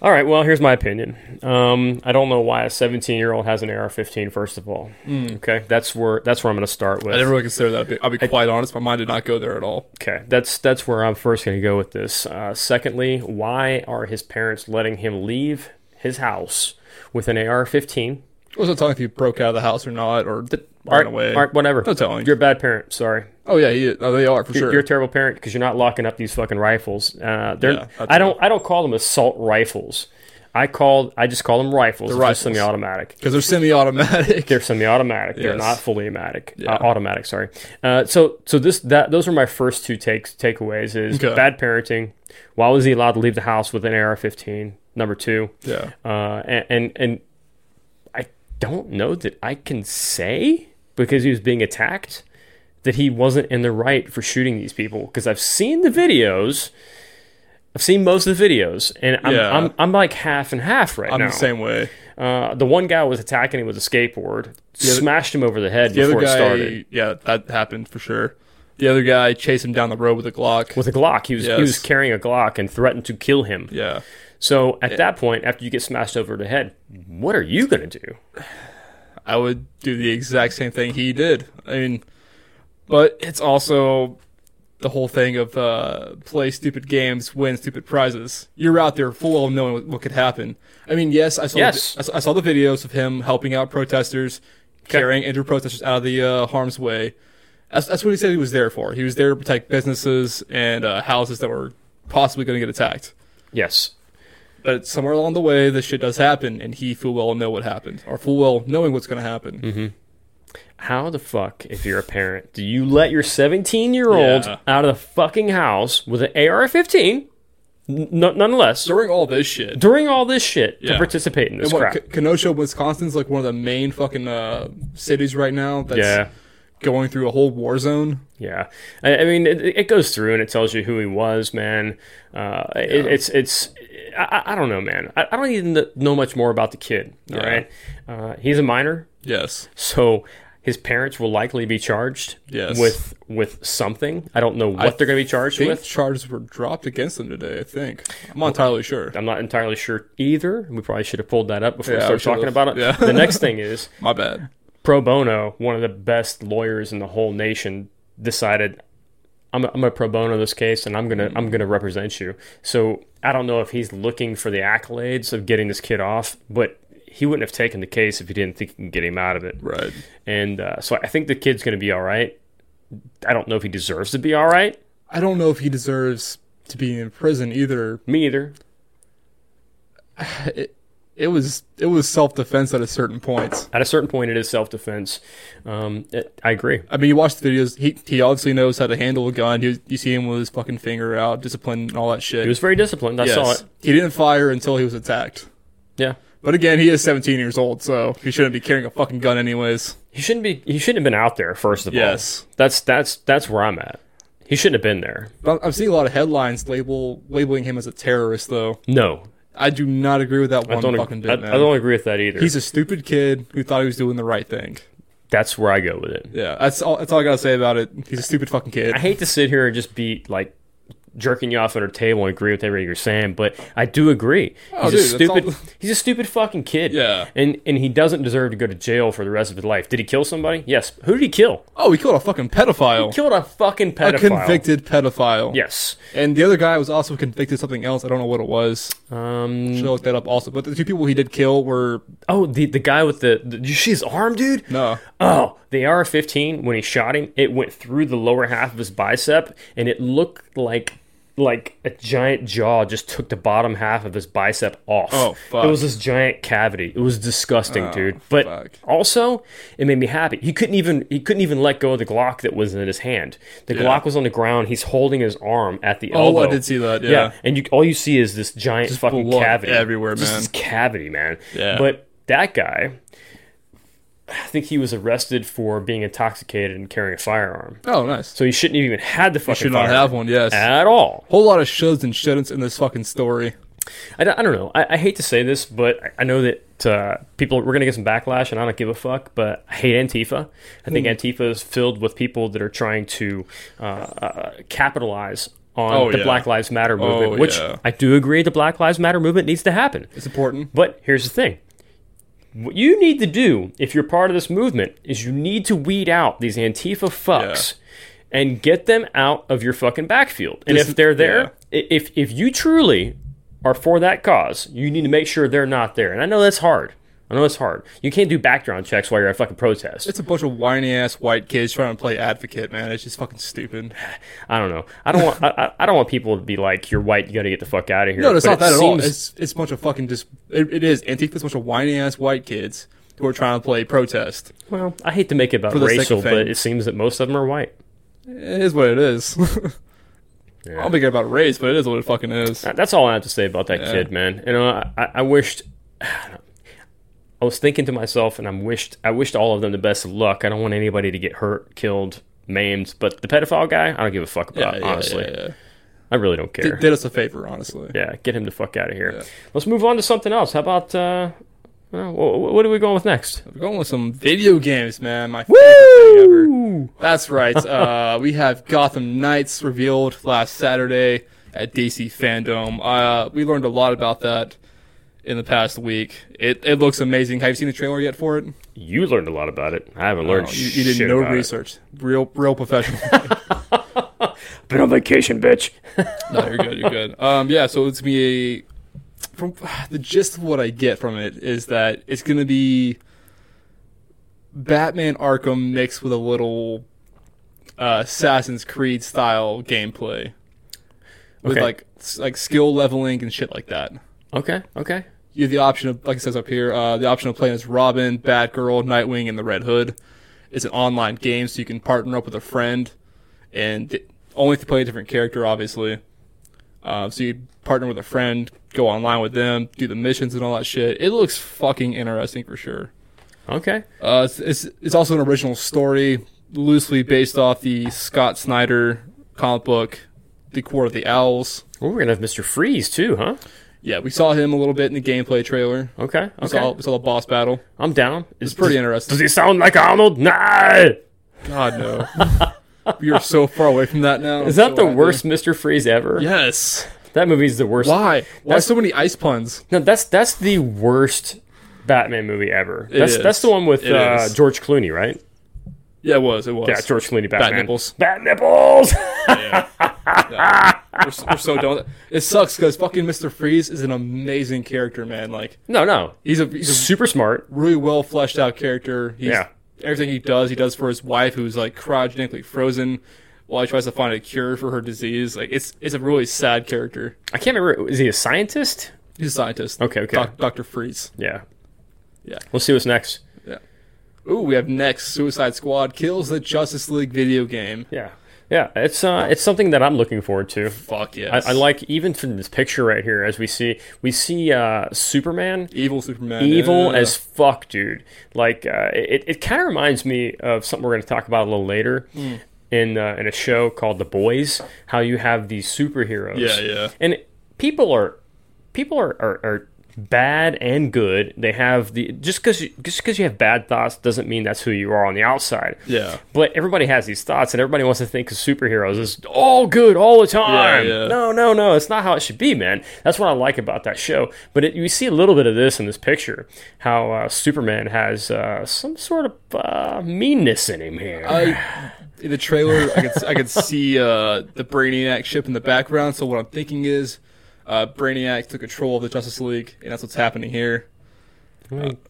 [SPEAKER 6] All right. Well, here's my opinion. Um, I don't know why a 17 year old has an AR-15. First of all,
[SPEAKER 2] Hmm.
[SPEAKER 6] okay, that's where that's where I'm going to start with.
[SPEAKER 2] I never really considered that. a big- I'll be quite honest. My mind did not go there at all.
[SPEAKER 6] Okay, that's that's where I'm first going to go with this. Uh, secondly, why are his parents letting him leave his house with an AR-15?
[SPEAKER 2] I wasn't telling if he broke out of the house or not, or ran
[SPEAKER 6] Art,
[SPEAKER 2] away.
[SPEAKER 6] art, whatever.
[SPEAKER 2] No telling.
[SPEAKER 6] You're a bad parent. Sorry,
[SPEAKER 2] oh yeah, he, oh, they are for
[SPEAKER 6] You're-
[SPEAKER 2] sure.
[SPEAKER 6] you're a terrible parent because you're not locking up these fucking rifles. Uh, they're,
[SPEAKER 2] Yeah, that's
[SPEAKER 6] I don't I don't call them assault rifles. I called I just call them rifles. They're
[SPEAKER 2] rifles.
[SPEAKER 6] semi-automatic.
[SPEAKER 2] because they're semi-automatic.
[SPEAKER 6] They're semi-automatic. They're
[SPEAKER 2] Yes.
[SPEAKER 6] not fully automatic.
[SPEAKER 2] Yeah.
[SPEAKER 6] Uh, automatic. Sorry. Uh, so so this that those are my first two takes takeaways. Is
[SPEAKER 2] Okay.
[SPEAKER 6] bad parenting. Why was he allowed to leave the house with an AR-15? Number two.
[SPEAKER 2] yeah,
[SPEAKER 6] Uh, and, and and I don't know that I can say because he was being attacked that he wasn't in the right for shooting these people because I've seen the videos. I've seen most of the videos, and I'm
[SPEAKER 2] Yeah.
[SPEAKER 6] I'm, I'm like half and half right
[SPEAKER 2] I'm
[SPEAKER 6] now.
[SPEAKER 2] the same way.
[SPEAKER 6] Uh, the one guy was attacking him with a skateboard,
[SPEAKER 2] other-
[SPEAKER 6] smashed him over the head
[SPEAKER 2] The other
[SPEAKER 6] before it
[SPEAKER 2] guy,
[SPEAKER 6] started
[SPEAKER 2] yeah, that happened for sure. The other guy chased him down the road with a Glock.
[SPEAKER 6] with a Glock. He was he was
[SPEAKER 2] Yes.
[SPEAKER 6] carrying a Glock and threatened to kill him.
[SPEAKER 2] yeah,
[SPEAKER 6] So at that point, after you get smashed over the head, what are you gonna do?
[SPEAKER 2] I would do the exact same thing he did. I mean, but it's also the whole thing of uh, play stupid games, win stupid prizes. You're out there full well knowing what, what could happen. I mean, yes, I saw
[SPEAKER 6] Yes.
[SPEAKER 2] The, I saw- I saw the videos of him helping out protesters, carrying injured protesters out of the uh, harm's way. That's, that's what he said he was there for. He was there to protect businesses and uh, houses that were possibly going to get attacked.
[SPEAKER 6] Yes,
[SPEAKER 2] But somewhere along the way, this shit does happen, and he full well know what happened, or full well knowing what's going to happen.
[SPEAKER 6] how the fuck, if you're a parent, do you let your 17 year old
[SPEAKER 2] Yeah.
[SPEAKER 6] out of the fucking house with an AR 15, n- nonetheless,
[SPEAKER 2] During all this shit,
[SPEAKER 6] during all this shit to
[SPEAKER 2] Yeah.
[SPEAKER 6] participate in this
[SPEAKER 2] And what,
[SPEAKER 6] crap?
[SPEAKER 2] K- Kenosha, Wisconsin's like one of the main fucking uh, cities right now that's
[SPEAKER 6] yeah.
[SPEAKER 2] going through a whole war zone.
[SPEAKER 6] Yeah, I, I mean, it, it goes through and it tells you who he was, man. Uh, it, it's it's I, I I don't know, man. I, I don't even kn- know much more about the kid. All
[SPEAKER 2] Yeah.
[SPEAKER 6] right, uh, he's a minor,
[SPEAKER 2] Yes.
[SPEAKER 6] so his parents will likely be charged
[SPEAKER 2] Yes.
[SPEAKER 6] with with something. I don't know what they're going to be
[SPEAKER 2] I
[SPEAKER 6] charged
[SPEAKER 2] think
[SPEAKER 6] with.
[SPEAKER 2] charges were dropped against them today, I think. I'm not entirely sure.
[SPEAKER 6] I'm not entirely sure either. We probably should have pulled that up before
[SPEAKER 2] Yeah,
[SPEAKER 6] we
[SPEAKER 2] we
[SPEAKER 6] started
[SPEAKER 2] should've.
[SPEAKER 6] talking about it.
[SPEAKER 2] Yeah.
[SPEAKER 6] The next thing is
[SPEAKER 2] My bad.
[SPEAKER 6] pro bono, one of the best lawyers in the whole nation, decided I'm, I'm going to pro bono this case and I'm going to I'm going to represent you. So I don't know if he's looking for the accolades of getting this kid off, but he wouldn't have taken the case if he didn't think he can get him out of it.
[SPEAKER 2] Right.
[SPEAKER 6] And uh, so I think the kid's going to be all right. I don't know if he deserves to be all right.
[SPEAKER 2] I don't know if he deserves to be in prison either.
[SPEAKER 6] Me either.
[SPEAKER 2] It was it was self defense at a certain point.
[SPEAKER 6] At a certain point, it is self defense. Um, it- I agree.
[SPEAKER 2] I mean, you watch the videos. He he obviously knows how to handle a gun. He, you see him with his fucking finger out, discipline and all that shit.
[SPEAKER 6] He was very disciplined. I saw it.
[SPEAKER 2] He didn't fire until he was attacked.
[SPEAKER 6] Yeah.
[SPEAKER 2] But again, he is 17 years old, so he shouldn't be carrying a fucking gun anyways.
[SPEAKER 6] He shouldn't be. He shouldn't have been out there. First of all,
[SPEAKER 2] Yes.
[SPEAKER 6] That's that's that's where I'm at. He shouldn't have been there.
[SPEAKER 2] But I'm seeing a lot of headlines label labeling him as a terrorist, though.
[SPEAKER 6] No,
[SPEAKER 2] I do not agree with that one
[SPEAKER 6] I don't.
[SPEAKER 2] fucking
[SPEAKER 6] Ag- I,
[SPEAKER 2] bit,
[SPEAKER 6] I
[SPEAKER 2] man.
[SPEAKER 6] don't agree with that either.
[SPEAKER 2] He's a stupid kid who thought he was doing the right thing.
[SPEAKER 6] that's where I go with it.
[SPEAKER 2] Yeah, that's all. That's all I gotta say about it. He's a stupid fucking kid.
[SPEAKER 6] I hate to sit here and just be like jerking you off at our table and agree with everything you're saying, but I do agree. he's a
[SPEAKER 2] Oh, dude, that's
[SPEAKER 6] stupid.
[SPEAKER 2] all-
[SPEAKER 6] He's a stupid fucking kid.
[SPEAKER 2] Yeah.
[SPEAKER 6] and and he doesn't deserve to go to jail for the rest of his life. Did he kill somebody? Yes. Who did he kill?
[SPEAKER 2] Oh, he killed a fucking pedophile.
[SPEAKER 6] He killed a fucking
[SPEAKER 2] Oh. a
[SPEAKER 6] pedophile.
[SPEAKER 2] convicted pedophile.
[SPEAKER 6] Yes.
[SPEAKER 2] And the other guy was also convicted of something else. I don't know what it was.
[SPEAKER 6] Um.
[SPEAKER 2] Should have looked that up also. But the two people he did kill were
[SPEAKER 6] Oh, the the guy with the, the did you see his arm, dude?
[SPEAKER 2] no.
[SPEAKER 6] Oh, the AR-15 when he shot him, it went through the lower half of his bicep, and it looked like like a giant jaw just took the bottom half of his bicep off.
[SPEAKER 2] Oh, fuck. Oh,
[SPEAKER 6] It was this giant cavity. It was disgusting, dude. But
[SPEAKER 2] fuck.
[SPEAKER 6] also, it made me happy. He couldn't even he couldn't even let go of the Glock that was in his hand. The Glock was on the ground. He's holding his arm at the
[SPEAKER 2] Oh,
[SPEAKER 6] elbow.
[SPEAKER 2] I did see that. Yeah.
[SPEAKER 6] and you all you see is this giant fucking
[SPEAKER 2] blood
[SPEAKER 6] cavity
[SPEAKER 2] everywhere,
[SPEAKER 6] Just
[SPEAKER 2] man.
[SPEAKER 6] this cavity, man.
[SPEAKER 2] Yeah.
[SPEAKER 6] But that guy, I think he was arrested for being intoxicated and carrying a firearm.
[SPEAKER 2] Oh, nice.
[SPEAKER 6] So he shouldn't have even had the fucking
[SPEAKER 2] Should not
[SPEAKER 6] firearm
[SPEAKER 2] have one. Yes.
[SPEAKER 6] at all.
[SPEAKER 2] Whole lot of shoulds and shouldn'ts in this fucking story.
[SPEAKER 6] I don't, I don't know. I, I hate to say this, but I, I know that uh, people we're gonna get some backlash, and I don't give a fuck. But I hate Antifa. I think
[SPEAKER 2] Hmm.
[SPEAKER 6] Antifa is filled with people that are trying to uh, uh, capitalize on
[SPEAKER 2] Oh,
[SPEAKER 6] the
[SPEAKER 2] yeah.
[SPEAKER 6] Black Lives Matter movement,
[SPEAKER 2] Oh,
[SPEAKER 6] which
[SPEAKER 2] yeah.
[SPEAKER 6] I do agree the Black Lives Matter movement needs to happen.
[SPEAKER 2] It's important.
[SPEAKER 6] But here's the thing. What you need to do if you're part of this movement is you need to weed out these Antifa fucks and get them out of your fucking backfield. And
[SPEAKER 2] This-
[SPEAKER 6] if they're there, i if if you truly are for that cause, you need to make sure they're not there. And I know that's hard. I know it's hard. You can't do background checks while you're at a fucking protest.
[SPEAKER 2] It's a bunch of whiny ass white kids trying to play advocate, man. It's just fucking stupid.
[SPEAKER 6] I don't know. I don't want. I, I- I don't want people to be like, "You're white. You got to get the fuck out of here."
[SPEAKER 2] No, it's not
[SPEAKER 6] But it
[SPEAKER 2] that at all.
[SPEAKER 6] seems-
[SPEAKER 2] It's it's a bunch of fucking just. It, it is Antifa's a bunch of whiny ass white kids who are trying to play protest.
[SPEAKER 6] well, I hate to make it about
[SPEAKER 2] For the sake of
[SPEAKER 6] racial, but
[SPEAKER 2] fame.
[SPEAKER 6] it seems that most of them are white.
[SPEAKER 2] It is what it is. I don't think about race, but it is what it fucking is.
[SPEAKER 6] That- That's all I have to say about that kid, man. You know, I, I I wished. I was thinking to myself, and I'm wished. I wished all of them the best of luck. I don't want anybody to get hurt, killed, maimed. But the pedophile guy, I don't give a fuck about. honestly, I really don't care.
[SPEAKER 2] It did us a favor, honestly.
[SPEAKER 6] yeah, get him the fuck out of here. Let's move on to something else. How about? Uh, well, wh- what are we going with next?
[SPEAKER 2] We're going with some video games, man. My favorite thing ever. That's right. Uh, we have Gotham Knights revealed last Saturday at DC Fandom. Uh, we learned a lot about that in the past week. It it looks amazing. Have you seen the trailer yet for it?
[SPEAKER 6] You learned a lot about it. I haven't learned.
[SPEAKER 2] No, Oh, you, you did
[SPEAKER 6] shit
[SPEAKER 2] no
[SPEAKER 6] about it.
[SPEAKER 2] research. Real real professional.
[SPEAKER 6] Been on vacation, bitch.
[SPEAKER 2] no, you're good. You're good. Um, yeah. So it's gonna be a from the gist of what I get from it is that it's gonna be Batman Arkham mixed with a little uh, Assassin's Creed style gameplay with
[SPEAKER 6] Okay.
[SPEAKER 2] like s- like skill leveling and shit like that.
[SPEAKER 6] Okay. Okay.
[SPEAKER 2] You have the option of, like it says up here, uh, the option of playing as Robin, Batgirl, Nightwing, and the Red Hood. It's an online game, so you can partner up with a friend, and th- only if you play a different character, obviously. Uh, so you partner with a friend, go online with them, do the missions and all that shit. It looks fucking interesting for sure.
[SPEAKER 6] Okay.
[SPEAKER 2] Uh, it's, it's it's also an original story, loosely based off the Scott Snyder comic book, The Court of the Owls.
[SPEAKER 6] Well, we're gonna have Mr. Freeze too, huh?
[SPEAKER 2] Yeah, we saw him a little bit in the gameplay trailer.
[SPEAKER 6] Okay.
[SPEAKER 2] We
[SPEAKER 6] Okay.
[SPEAKER 2] saw, we saw the boss battle.
[SPEAKER 6] I'm down. It's
[SPEAKER 2] Pretty interesting.
[SPEAKER 6] Does he sound like Arnold? Nah.
[SPEAKER 2] God no. we are so far away from that now.
[SPEAKER 6] Is that the worst Mr. Freeze ever?
[SPEAKER 2] Yes.
[SPEAKER 6] That movie's the worst.
[SPEAKER 2] Why? Why so many ice puns?
[SPEAKER 6] No, that's that's the worst Batman movie ever. that's
[SPEAKER 2] is.
[SPEAKER 6] that's the one with
[SPEAKER 2] It
[SPEAKER 6] uh,
[SPEAKER 2] is.
[SPEAKER 6] George Clooney, right?
[SPEAKER 2] Yeah, it was. It was.
[SPEAKER 6] Yeah, George Clooney Batman.
[SPEAKER 2] nipples.
[SPEAKER 6] Bat nipples.
[SPEAKER 2] We're, s- we're so done. with it. It sucks because fucking Mister Freeze is an amazing character, man. Like
[SPEAKER 6] no, no.
[SPEAKER 2] he's a he's a
[SPEAKER 6] Super smart.
[SPEAKER 2] really well fleshed out character. He's,
[SPEAKER 6] Yeah.
[SPEAKER 2] everything he does, he does for his wife, who's like cryogenically frozen, while he tries to find a cure for her disease. Like it's it's a really sad character.
[SPEAKER 6] I can't remember. Is he a scientist?
[SPEAKER 2] He's a scientist.
[SPEAKER 6] Okay, okay.
[SPEAKER 2] Doctor Freeze.
[SPEAKER 6] Yeah.
[SPEAKER 2] Yeah.
[SPEAKER 6] We'll see what's next.
[SPEAKER 2] Ooh, we have next Suicide Squad kills the Justice League video game.
[SPEAKER 6] Yeah. Yeah. It's uh, it's something that I'm looking forward to.
[SPEAKER 2] Fuck yes.
[SPEAKER 6] I, I like even from this picture right here, as we see, we see uh, Superman
[SPEAKER 2] evil Superman.
[SPEAKER 6] evil
[SPEAKER 2] Yeah.
[SPEAKER 6] as fuck, dude. Like uh, it, it kind of reminds me of something we're going to talk about a little later
[SPEAKER 2] Hmm.
[SPEAKER 6] in uh, in a show called The Boys. How you have these superheroes,
[SPEAKER 2] Yeah, yeah.
[SPEAKER 6] and people are people are are. are bad and good they have the just because just because you have bad thoughts doesn't mean that's who you are on the outside
[SPEAKER 2] Yeah.
[SPEAKER 6] but everybody has these thoughts and everybody wants to think of superheroes is all good all the time
[SPEAKER 2] Yeah, yeah.
[SPEAKER 6] no no no it's not how it should be man that's what i like about that show but it, you see a little bit of this in this picture how uh, superman has uh, some sort of uh, meanness in him here
[SPEAKER 2] Uh, I, in the trailer, I could I could see uh, the Brainiac ship in the background. So what I'm thinking is, uh, Brainiac took control of the Justice League, and that's what's happening here.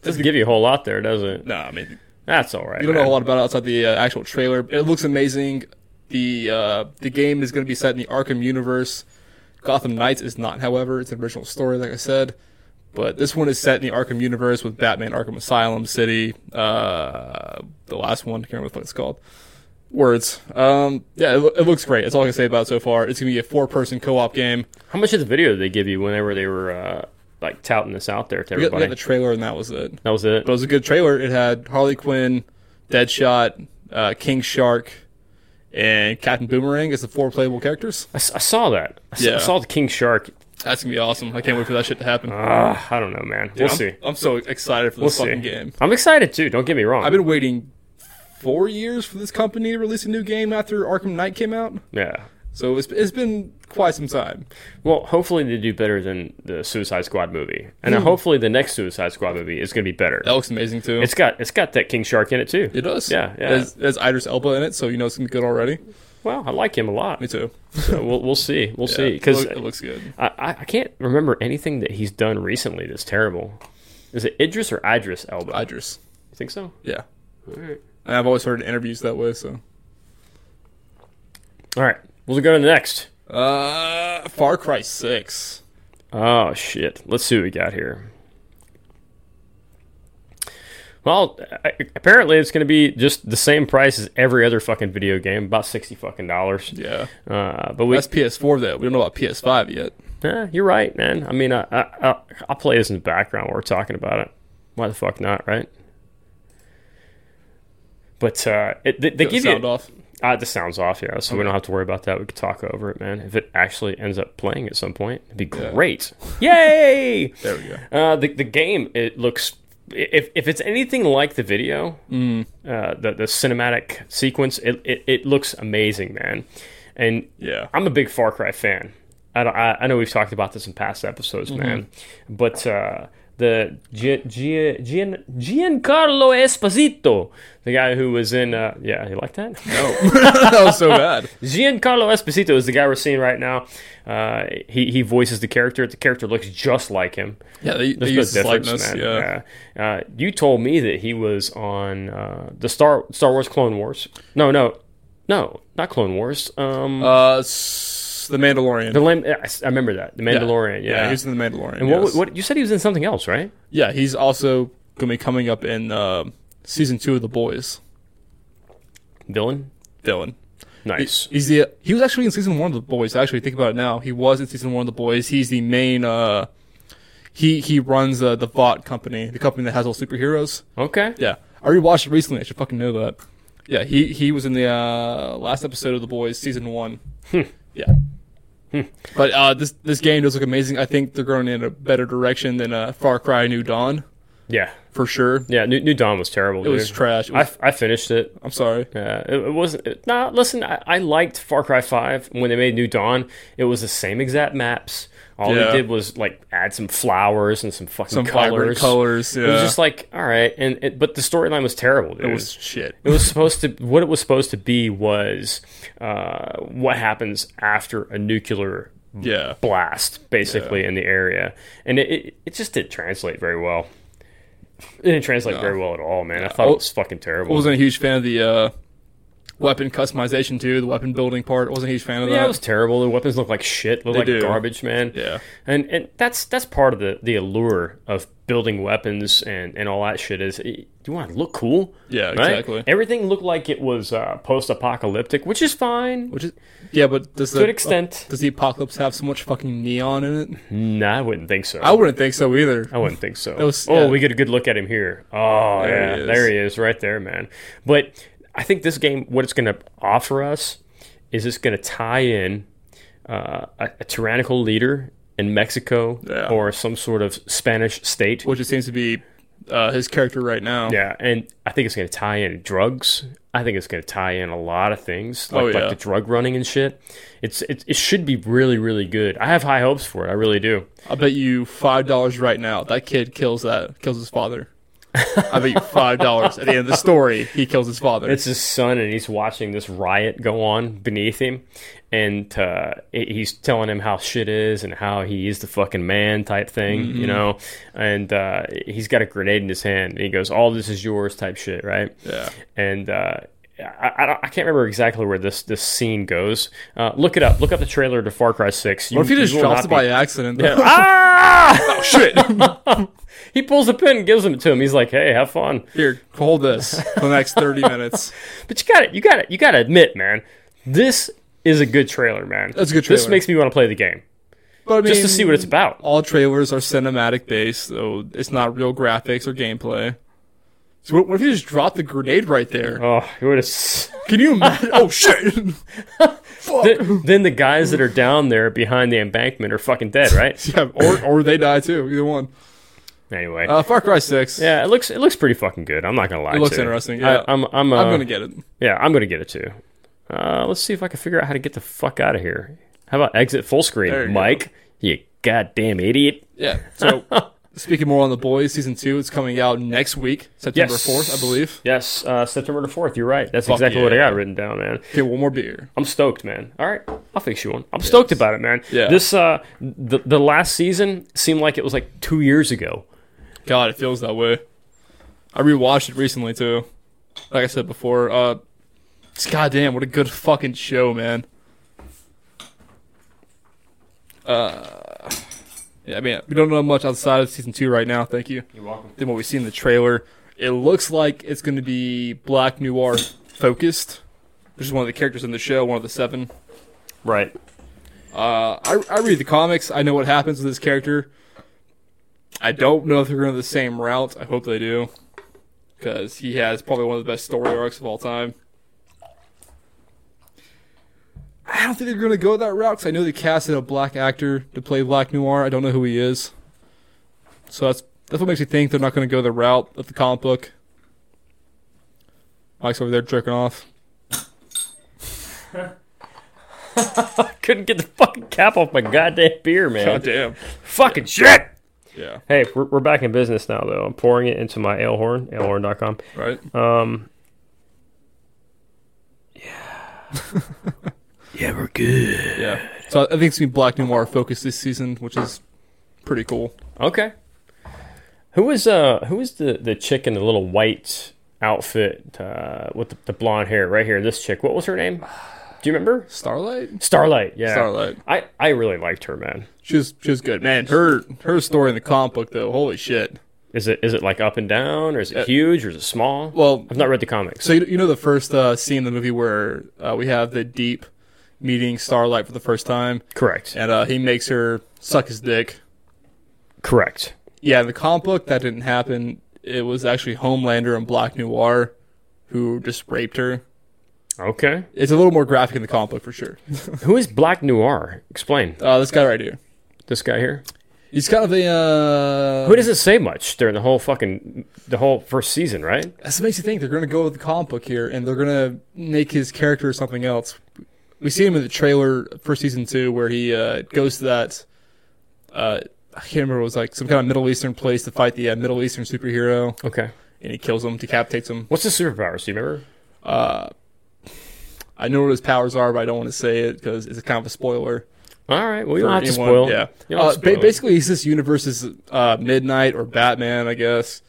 [SPEAKER 6] doesn't give you a whole lot there does it
[SPEAKER 2] No, I mean
[SPEAKER 6] that's all right
[SPEAKER 2] you don't know a
[SPEAKER 6] man.
[SPEAKER 2] whole lot about it outside the uh, actual trailer. It looks amazing. The uh, the game is going to be set in the Arkham universe. Gotham Knights is not, however, it's an original story, like I said. But this one is set in the Arkham universe with Batman, Arkham Asylum, City. Uh, the last one, I can't remember what the fuck it's called. Words. Um, yeah, it, loo- it looks great. That's all I can say about it so far. It's going to be a four-person co-op game.
[SPEAKER 6] how much of the video did they give you whenever they were uh, like touting this out there to
[SPEAKER 2] We got, we
[SPEAKER 6] everybody
[SPEAKER 2] got the trailer, and that was it.
[SPEAKER 6] that was it
[SPEAKER 2] But it was a good trailer. It had Harley Quinn, Deadshot, uh, King Shark, and Captain Boomerang as the four playable characters.
[SPEAKER 6] I, s- I saw that I, s- I
[SPEAKER 2] Yeah.
[SPEAKER 6] saw the king shark
[SPEAKER 2] That's gonna be awesome. I can't wait for that shit to happen.
[SPEAKER 6] Ah, i don't know man we'll
[SPEAKER 2] I'm,
[SPEAKER 6] see
[SPEAKER 2] I'm so excited for this
[SPEAKER 6] We'll see.
[SPEAKER 2] fucking game.
[SPEAKER 6] I'm excited too. Don't get me wrong.
[SPEAKER 2] I've been waiting four years for this company to release a new game after Arkham Knight came out.
[SPEAKER 6] yeah.
[SPEAKER 2] So it's, it's been quite some time.
[SPEAKER 6] Well, hopefully they do better than the Suicide Squad movie, and then hopefully the next Suicide Squad movie is going to be better.
[SPEAKER 2] That looks amazing too.
[SPEAKER 6] It's got it's got that King Shark in it too.
[SPEAKER 2] it does.
[SPEAKER 6] Yeah, yeah.
[SPEAKER 2] It has, it has Idris Elba in it, so you know it's gonna be good already.
[SPEAKER 6] Well, I like him a lot.
[SPEAKER 2] Me too.
[SPEAKER 6] So we'll we'll see. We'll
[SPEAKER 2] Yeah,
[SPEAKER 6] see because
[SPEAKER 2] it, loo- it looks good.
[SPEAKER 6] I, I I can't remember anything that he's done recently that's terrible. Is it Idris or Idris Elba? I
[SPEAKER 2] Idris.
[SPEAKER 6] think so.
[SPEAKER 2] Yeah. And I've always heard in interviews that way. So.
[SPEAKER 6] All right, we'll go to the next.
[SPEAKER 2] Uh, Far Cry Six.
[SPEAKER 6] Oh shit! Let's see what we got here. Well, a- apparently it's going to be just the same price as every other fucking video game, about sixty fucking dollars.
[SPEAKER 2] Yeah,
[SPEAKER 6] Uh, but we,
[SPEAKER 2] that's PS4 though. We don't know about PS5 yet.
[SPEAKER 6] eh, you're right, man. I mean, I, I, I, I'll play this in the background while we're talking about it. Why the fuck not, right? But uh, it, they, they
[SPEAKER 2] Got the
[SPEAKER 6] give
[SPEAKER 2] sound
[SPEAKER 6] you
[SPEAKER 2] off.
[SPEAKER 6] Uh, the sounds off, yeah. So we don't have to worry about that. We could talk over it, man. If it actually ends up playing at some point, it'd be great. Yay!
[SPEAKER 2] There we go.
[SPEAKER 6] Uh, the the game it looks if if it's anything like the video,
[SPEAKER 2] Mm.
[SPEAKER 6] uh, the the cinematic sequence it, it it looks amazing, man. And
[SPEAKER 2] Yeah.
[SPEAKER 6] I'm a big Far Cry fan. I don't, I, I know we've talked about this in past episodes,
[SPEAKER 2] Mm-hmm.
[SPEAKER 6] man. But uh, the Gian, Gian, Gian, Giancarlo Esposito, the guy who was in uh, yeah, you like that?
[SPEAKER 2] No, that was so bad.
[SPEAKER 6] Giancarlo Esposito is the guy we're seeing right now. Uh, he he voices the character. The character looks just like him.
[SPEAKER 2] Yeah, they, they
[SPEAKER 6] There's
[SPEAKER 2] used
[SPEAKER 6] no
[SPEAKER 2] his
[SPEAKER 6] difference,
[SPEAKER 2] likeness.
[SPEAKER 6] man.
[SPEAKER 2] Yeah.
[SPEAKER 6] Yeah. Uh, you told me that he was on uh, the Star Star Wars Clone Wars. No, no, no, not Clone Wars. Um,
[SPEAKER 2] Uh, s- the Mandalorian.
[SPEAKER 6] the Lam- I s- I remember that. The Mandalorian. Yeah.
[SPEAKER 2] yeah. he's in the Mandalorian.
[SPEAKER 6] and what,
[SPEAKER 2] yes.
[SPEAKER 6] what you said he was in something else, right?
[SPEAKER 2] Yeah, he's also gonna be coming up in uh, season two of The Boys.
[SPEAKER 6] Villain.
[SPEAKER 2] Dylan.
[SPEAKER 6] Nice.
[SPEAKER 2] He's the he was actually in season one of the boys. Actually, think about it now. He was in season one of the boys. He's the main. uh He he runs uh, the Vought company, the company that has all superheroes.
[SPEAKER 6] okay.
[SPEAKER 2] Yeah, I rewatched it recently. I should fucking know that. Yeah, he he was in the uh last episode of the boys, season one.
[SPEAKER 6] Hmm.
[SPEAKER 2] yeah. But uh, this this game does look amazing. I think they're going in a better direction than uh, Far Cry New Dawn
[SPEAKER 6] Yeah.
[SPEAKER 2] for sure.
[SPEAKER 6] Yeah. New, New Dawn was terrible.
[SPEAKER 2] It was
[SPEAKER 6] dude.
[SPEAKER 2] trash. It
[SPEAKER 6] I,
[SPEAKER 2] was,
[SPEAKER 6] f- I finished it.
[SPEAKER 2] I'm sorry.
[SPEAKER 6] Uh, it, it wasn't. It, nah, listen, I, I liked Far Cry 5 when they made New Dawn. It was the same exact maps. All
[SPEAKER 2] Yeah.
[SPEAKER 6] they did was like add some flowers and some fucking
[SPEAKER 2] Some vibrant
[SPEAKER 6] colors.
[SPEAKER 2] colors. Yeah.
[SPEAKER 6] It was just like, all right, and it, but the storyline was terrible. Dude.
[SPEAKER 2] it was shit.
[SPEAKER 6] It was supposed to. What it was supposed to be was uh, what happens after a nuclear
[SPEAKER 2] Yeah.
[SPEAKER 6] blast, basically in the area, and it, it, it just didn't translate very well. It didn't translate very well at all, man. I thought it was fucking terrible.
[SPEAKER 2] I wasn't a huge fan of the uh, weapon customization too. The weapon building part. I wasn't a huge fan of
[SPEAKER 6] yeah,
[SPEAKER 2] that.
[SPEAKER 6] it was terrible. The weapons look like shit. Look like
[SPEAKER 2] do.
[SPEAKER 6] garbage, man.
[SPEAKER 2] Yeah.
[SPEAKER 6] and and that's that's part of the the allure of building weapons and and all that shit is eh, you want to look cool.
[SPEAKER 2] Yeah,
[SPEAKER 6] right?
[SPEAKER 2] exactly.
[SPEAKER 6] Everything looked like it was uh, post apocalyptic, which is fine.
[SPEAKER 2] Which is yeah, but does
[SPEAKER 6] to
[SPEAKER 2] the
[SPEAKER 6] an extent,
[SPEAKER 2] does the apocalypse have so much fucking neon in it?
[SPEAKER 6] no, I wouldn't think so.
[SPEAKER 2] I wouldn't think so either.
[SPEAKER 6] I wouldn't think so.
[SPEAKER 2] was-
[SPEAKER 6] oh,
[SPEAKER 2] yeah.
[SPEAKER 6] we get a good look at him here. Oh,
[SPEAKER 2] There
[SPEAKER 6] yeah.
[SPEAKER 2] he is.
[SPEAKER 6] there he is, right there, man. But I think this game, what it's going to offer us is it's going to tie in uh, a, a tyrannical leader in Mexico
[SPEAKER 2] Yeah.
[SPEAKER 6] or some sort of Spanish state.
[SPEAKER 2] Which it seems to be uh, his character right now.
[SPEAKER 6] Yeah, and I think it's going to tie in drugs. I think it's going to tie in a lot of things, like,
[SPEAKER 2] Oh, yeah.
[SPEAKER 6] like the drug running and shit. It's it, it should be really really good. I have high hopes for it. I really do.
[SPEAKER 2] I bet you five dollars right now that kid kills that kills his father. I bet you five dollars at the end of the story he kills his father.
[SPEAKER 6] It's his son, and he's watching this riot go on beneath him, and uh, he- he's telling him how shit is and how he is the fucking man type thing,
[SPEAKER 2] Mm-hmm.
[SPEAKER 6] you know. And uh, he's got a grenade in his hand, and he goes, "All this is yours," type shit, right?
[SPEAKER 2] Yeah.
[SPEAKER 6] And uh, I, I, don't- I can't remember exactly where this this scene goes. Uh, look it up. Look up the trailer to Far Cry Six. You,
[SPEAKER 2] what if he just
[SPEAKER 6] you will
[SPEAKER 2] drops
[SPEAKER 6] not
[SPEAKER 2] it by
[SPEAKER 6] be-
[SPEAKER 2] accident? though?
[SPEAKER 6] Ah!
[SPEAKER 2] Oh, shit!
[SPEAKER 6] he pulls the pin and gives it to him. He's like, "Hey, have fun."
[SPEAKER 2] Here, hold this for the next thirty minutes.
[SPEAKER 6] But you got to You got to You got to admit, man, this is a good trailer, man.
[SPEAKER 2] That's a good
[SPEAKER 6] This
[SPEAKER 2] trailer.
[SPEAKER 6] makes me want to play the game
[SPEAKER 2] But I mean,
[SPEAKER 6] just to see what it's about.
[SPEAKER 2] all trailers are cinematic based, so it's not real graphics or gameplay. So what, what if you just drop the grenade right there?
[SPEAKER 6] Oh, it would have.
[SPEAKER 2] Can you imagine? oh shit!
[SPEAKER 6] Then, then the guys that are down there behind the embankment are fucking dead, right?
[SPEAKER 2] yeah, or or they die too. Either one.
[SPEAKER 6] Anyway,
[SPEAKER 2] Uh, Far Cry Six.
[SPEAKER 6] yeah, it looks it looks pretty fucking good. I'm not gonna lie.
[SPEAKER 2] It looks
[SPEAKER 6] to you.
[SPEAKER 2] interesting, yeah.
[SPEAKER 6] I, I'm I'm, uh,
[SPEAKER 2] I'm gonna get it.
[SPEAKER 6] yeah I'm gonna get it too. Uh, let's see if I can figure out how to get the fuck out of here. How about exit full
[SPEAKER 2] There
[SPEAKER 6] screen,
[SPEAKER 2] you
[SPEAKER 6] Mike? You goddamn idiot.
[SPEAKER 2] Yeah. So speaking more on the boys, season two, it's coming out next week, September
[SPEAKER 6] Yes.
[SPEAKER 2] fourth, I believe.
[SPEAKER 6] Yes, uh, September the fourth. You're right. That's
[SPEAKER 2] Fuck
[SPEAKER 6] exactly what I
[SPEAKER 2] yeah.
[SPEAKER 6] got written down, man.
[SPEAKER 2] Okay, one more beer.
[SPEAKER 6] I'm stoked, man. All right, I'll fix you one. I'm stoked about it, man.
[SPEAKER 2] Yeah.
[SPEAKER 6] This uh, the the last season seemed like it was like two years ago.
[SPEAKER 2] God, it feels that way. I rewatched it recently too. Like I said before, uh, it's goddamn what a good fucking show, man. Uh, yeah, I mean we don't know much outside of season two right now. Thank you. You're welcome. Than what we see in the trailer, it looks like it's going to be black noir focused, which is one of the characters in the show, one of the seven.
[SPEAKER 6] Right.
[SPEAKER 2] I, I read the comics. I know what happens with this character. I don't know if they're going the same route. I hope they do, because he has probably one of the best story arcs of all time. I don't think they're going to go that route. Cause I know they casted a black actor to play Black Noir. I don't know who he is, so that's that's what makes me think they're not going to go the route of the comic book. Mike's over there jerking off.
[SPEAKER 6] Couldn't get the fucking cap off my goddamn beer, man.
[SPEAKER 2] damn.
[SPEAKER 6] Fucking shit.
[SPEAKER 2] Yeah.
[SPEAKER 6] Hey, we're, we're back in business now, though. I'm pouring it into my ale horn, alehorn.com.
[SPEAKER 2] Right.
[SPEAKER 6] Um,
[SPEAKER 2] Yeah. So I I think it's gonna be Black Noir focused this season, which is pretty cool.
[SPEAKER 6] okay. Who was uh who was the the chick in the little white outfit uh with the, the blonde hair right here? This chick. What was her name? Do you remember?
[SPEAKER 2] Starlight.
[SPEAKER 6] Starlight. Yeah.
[SPEAKER 2] Starlight.
[SPEAKER 6] I I really liked her, man.
[SPEAKER 2] She was she was good, man. Her her story in the comic book though, holy shit.
[SPEAKER 6] Is it is it like up and down, or is it huge, or is it small?
[SPEAKER 2] Uh, Well,
[SPEAKER 6] I've not read the comics.
[SPEAKER 2] so you, you know the first uh, scene in the movie where uh, we have the Deep meeting Starlight for the first time,
[SPEAKER 6] correct,
[SPEAKER 2] and uh, he makes her suck his dick.
[SPEAKER 6] correct.
[SPEAKER 2] Yeah, in the comic book that didn't happen. It was actually Homelander and Black Noir who just raped her.
[SPEAKER 6] Okay.
[SPEAKER 2] It's a little more graphic in the comic book for sure.
[SPEAKER 6] Who is Black Noir? Explain.
[SPEAKER 2] Uh, this guy right here.
[SPEAKER 6] This guy here.
[SPEAKER 2] He's kind of a uh,
[SPEAKER 6] Who doesn't say much during the whole fucking the whole first season, right?
[SPEAKER 2] That's what makes you think they're going to go with the comic book here, and they're going to make his character something else. We see him in the trailer for season two, where he uh, goes to that. Uh, I can't remember. It was like some kind of Middle Eastern place to fight the uh, Middle Eastern superhero,
[SPEAKER 6] Okay.
[SPEAKER 2] and he kills him, decapitates him.
[SPEAKER 6] What's his superpowers? Do you remember?
[SPEAKER 2] I know what his powers are, but I don't want to say it because it's a kind of a spoiler.
[SPEAKER 6] All right. Well, you don't
[SPEAKER 2] for
[SPEAKER 6] have to
[SPEAKER 2] anyone.
[SPEAKER 6] spoil.
[SPEAKER 2] Yeah.
[SPEAKER 6] You don't have
[SPEAKER 2] Uh,
[SPEAKER 6] to spoil
[SPEAKER 2] ba- basically, he's this universe's uh, Midnight or Batman, I guess.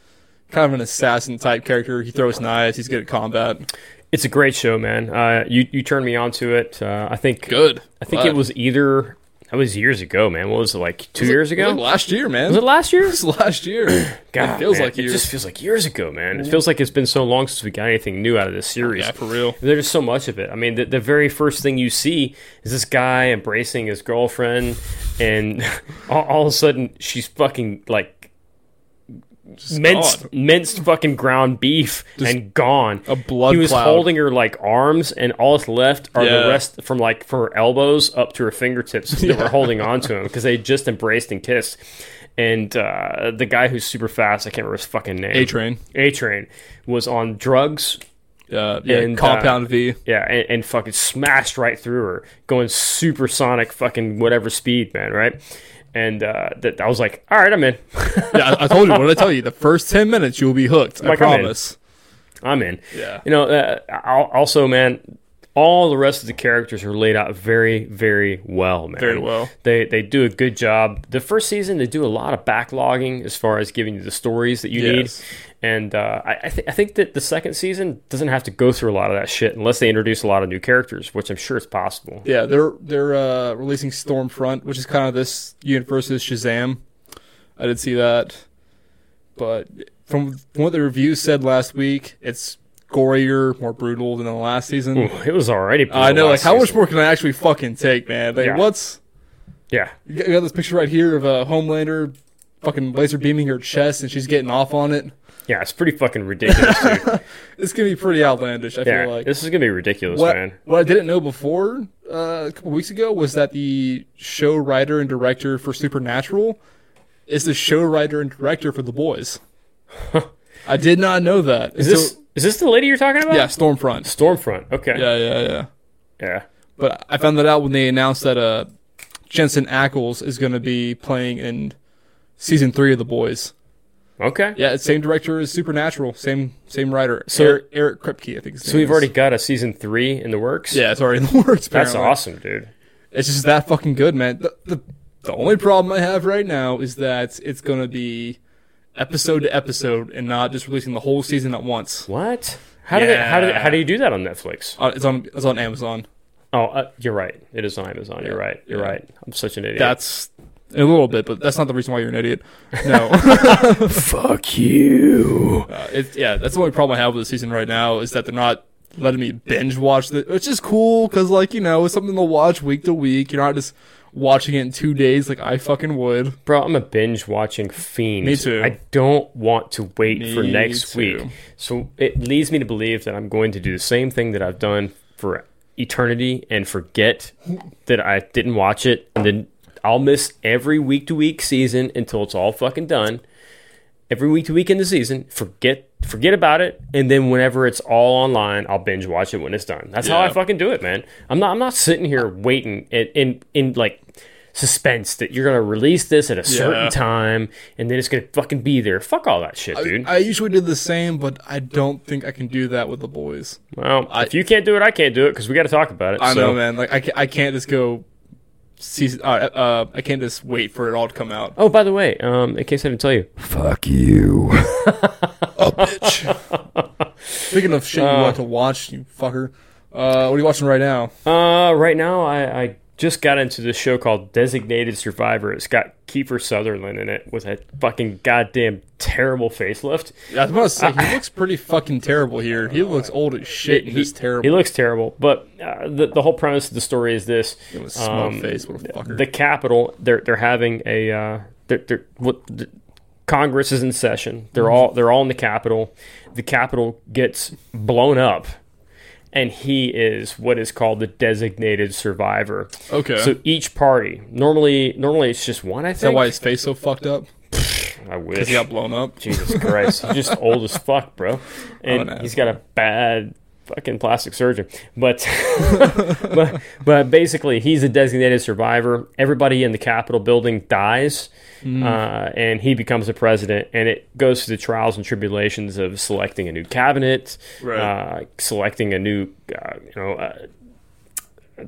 [SPEAKER 2] kind of an assassin type character. He throws knives. He's good at combat.
[SPEAKER 6] It's a great show, man. Uh, you you turned me on to it. Uh, I think
[SPEAKER 2] Good. Uh,
[SPEAKER 6] I think
[SPEAKER 2] Glad.
[SPEAKER 6] it was either that was years ago, man. What was it like two years ago?
[SPEAKER 2] Like last year, man.
[SPEAKER 6] was it last year?
[SPEAKER 2] This is last year.
[SPEAKER 6] God,
[SPEAKER 2] it feels
[SPEAKER 6] man,
[SPEAKER 2] like years.
[SPEAKER 6] It just feels like years ago, man. It feels like it's been so long since we got anything new out of this series.
[SPEAKER 2] yeah, for real.
[SPEAKER 6] There's so much of it. I mean, the, the very first thing you see is this guy embracing his girlfriend, and all, all of a sudden she's fucking like minced,
[SPEAKER 2] gone.
[SPEAKER 6] minced fucking ground beef and gone.
[SPEAKER 2] a blood
[SPEAKER 6] He was
[SPEAKER 2] cloud.
[SPEAKER 6] holding her like arms, and all that's left are
[SPEAKER 2] Yeah.
[SPEAKER 6] the rest from like from her elbows up to her fingertips that were holding on to him because they had just embraced and kissed. And uh, the guy who's super fast, I can't remember his fucking name.
[SPEAKER 2] A train.
[SPEAKER 6] A Train was on drugs
[SPEAKER 2] Uh, yeah.
[SPEAKER 6] And, uh,
[SPEAKER 2] Compound V.
[SPEAKER 6] yeah, and, and fucking smashed right through her, going supersonic fucking whatever speed, man, right? And uh, that I was like, all right, I'm in,
[SPEAKER 2] Yeah, I, I told you. What did I tell you? The first ten minutes, you will be hooked. I
[SPEAKER 6] Like, I'm in.
[SPEAKER 2] promise.
[SPEAKER 6] I'm in.
[SPEAKER 2] Yeah.
[SPEAKER 6] you know. Uh, al- also, man, all the rest of the characters are laid out very, very well, man.
[SPEAKER 2] Very well.
[SPEAKER 6] They they do a good job. The first season, they do a lot of backlogging as far as giving you the stories that you
[SPEAKER 2] Yes.
[SPEAKER 6] need. And uh, I I, th- I think that the second season doesn't have to go through a lot of that shit unless they introduce a lot of new characters, which I'm sure is possible.
[SPEAKER 2] Yeah, they're they're uh, releasing Stormfront, which is kind of this universe's Shazam. I did see that, but from what the reviews said last week, it's gorier, more brutal than the last season.
[SPEAKER 6] Ooh, it was already. brutal
[SPEAKER 2] I know, like,
[SPEAKER 6] last
[SPEAKER 2] how
[SPEAKER 6] season.
[SPEAKER 2] much more can I actually fucking take, man? Like,
[SPEAKER 6] Yeah.
[SPEAKER 2] what's
[SPEAKER 6] Yeah,
[SPEAKER 2] you got you got this picture right here of a uh, Homelander fucking laser beaming her chest, and she's getting off on it.
[SPEAKER 6] yeah, it's pretty fucking ridiculous. dude.
[SPEAKER 2] It's gonna be pretty outlandish. I
[SPEAKER 6] yeah,
[SPEAKER 2] feel like
[SPEAKER 6] this is gonna be ridiculous,
[SPEAKER 2] what,
[SPEAKER 6] man.
[SPEAKER 2] what I didn't know before uh, a couple weeks ago was that the show writer and director for Supernatural is the show writer and director for The Boys. I did not know that.
[SPEAKER 6] Is this is this the lady you're talking about?
[SPEAKER 2] yeah, Stormfront.
[SPEAKER 6] Stormfront. Okay.
[SPEAKER 2] Yeah, yeah, yeah.
[SPEAKER 6] Yeah.
[SPEAKER 2] But I found that out when they announced that uh, Jensen Ackles is going to be playing in season three of The Boys.
[SPEAKER 6] Okay.
[SPEAKER 2] Yeah, it's same director as Supernatural, same same writer.
[SPEAKER 6] So-
[SPEAKER 2] Eric, Eric Kripke, I think. His
[SPEAKER 6] So
[SPEAKER 2] name
[SPEAKER 6] we've
[SPEAKER 2] is.
[SPEAKER 6] already got a season three in the works.
[SPEAKER 2] yeah, it's already in the works.
[SPEAKER 6] That's
[SPEAKER 2] apparently.
[SPEAKER 6] awesome, dude.
[SPEAKER 2] It's just that fucking good, man. The, the the only problem I have right now is that it's gonna be episode to episode and not just releasing the whole season at once.
[SPEAKER 6] What? How do they, how do they,
[SPEAKER 2] Yeah.
[SPEAKER 6] how do you do that on Netflix?
[SPEAKER 2] Uh, It's on it's on Amazon.
[SPEAKER 6] Oh, uh, you're right. It is on Amazon. You're right. You're
[SPEAKER 2] Yeah.
[SPEAKER 6] right. I'm such an idiot.
[SPEAKER 2] That's a little bit, but that's not the reason why you're an idiot. No, uh,
[SPEAKER 6] fuck you.
[SPEAKER 2] it's yeah. That's the only problem I have with the season right now is that they're not letting me binge watch it, which is cool because like you know it's something to watch week to week. You're not just watching it in two days like I fucking would.
[SPEAKER 6] Bro, I'm a binge watching fiend.
[SPEAKER 2] Me too.
[SPEAKER 6] I don't want to wait for
[SPEAKER 2] Me
[SPEAKER 6] next
[SPEAKER 2] too.
[SPEAKER 6] week. So it leads me to believe that I'm going to do the same thing that I've done for eternity and forget that I didn't watch it. And then I'll miss every week to week season until it's all fucking done. Every week to week in the season, forget forget about it, and then whenever it's all online, I'll binge watch it when it's done. That's how I
[SPEAKER 2] Yeah.
[SPEAKER 6] fucking do it, man. I'm not I'm not sitting here waiting in in, in like suspense that you're gonna release this at a certain
[SPEAKER 2] Yeah.
[SPEAKER 6] time and then it's gonna fucking be there. Fuck all that shit, dude.
[SPEAKER 2] I usually did the same, but I don't think I can do that with the boys.
[SPEAKER 6] well, if you can't do it, I can't do it because we got to talk about it.
[SPEAKER 2] I
[SPEAKER 6] so.
[SPEAKER 2] know, man. Like I, ca- I can't just go season. Uh, uh, I can't just wait for it all to come out.
[SPEAKER 6] Oh, by the way, um, in case I didn't tell you,
[SPEAKER 2] Oh, Speaking of shit, you like to watch, you fucker. Uh, what are you watching right now?
[SPEAKER 6] uh, right now I, I just got into this show called Designated Survivor. It's got Kiefer Sutherland in it with a fucking goddamn terrible facelift.
[SPEAKER 2] I was about to say he looks pretty fucking terrible here. He looks old as shit. and
[SPEAKER 6] He-
[SPEAKER 2] He's terrible.
[SPEAKER 6] He looks terrible, but uh, the the whole premise of the story is this: um,
[SPEAKER 2] with a smug face. What a fucker.
[SPEAKER 6] the Capitol, they're they're having a uh, they're, they're, what, the, Congress is in session. They're all they're all in the Capitol. The Capitol gets blown up, and he is what is called the designated survivor.
[SPEAKER 2] okay. So,
[SPEAKER 6] So each party normally normally it's just one. I think.
[SPEAKER 2] is that why his face so fucked up?
[SPEAKER 6] I wish.
[SPEAKER 2] He got Oh, blown up.
[SPEAKER 6] Jesus Christ, he's just old as fuck, bro. And
[SPEAKER 2] an
[SPEAKER 6] he's got a bad fucking plastic surgeon. But, but but basically, he's a designated survivor. Everybody in the Capitol building dies,
[SPEAKER 2] Mm.
[SPEAKER 6] uh, and he becomes the president. And it goes through the trials and tribulations of selecting a new cabinet,
[SPEAKER 2] Right.
[SPEAKER 6] uh, selecting a new, uh, you know. Uh,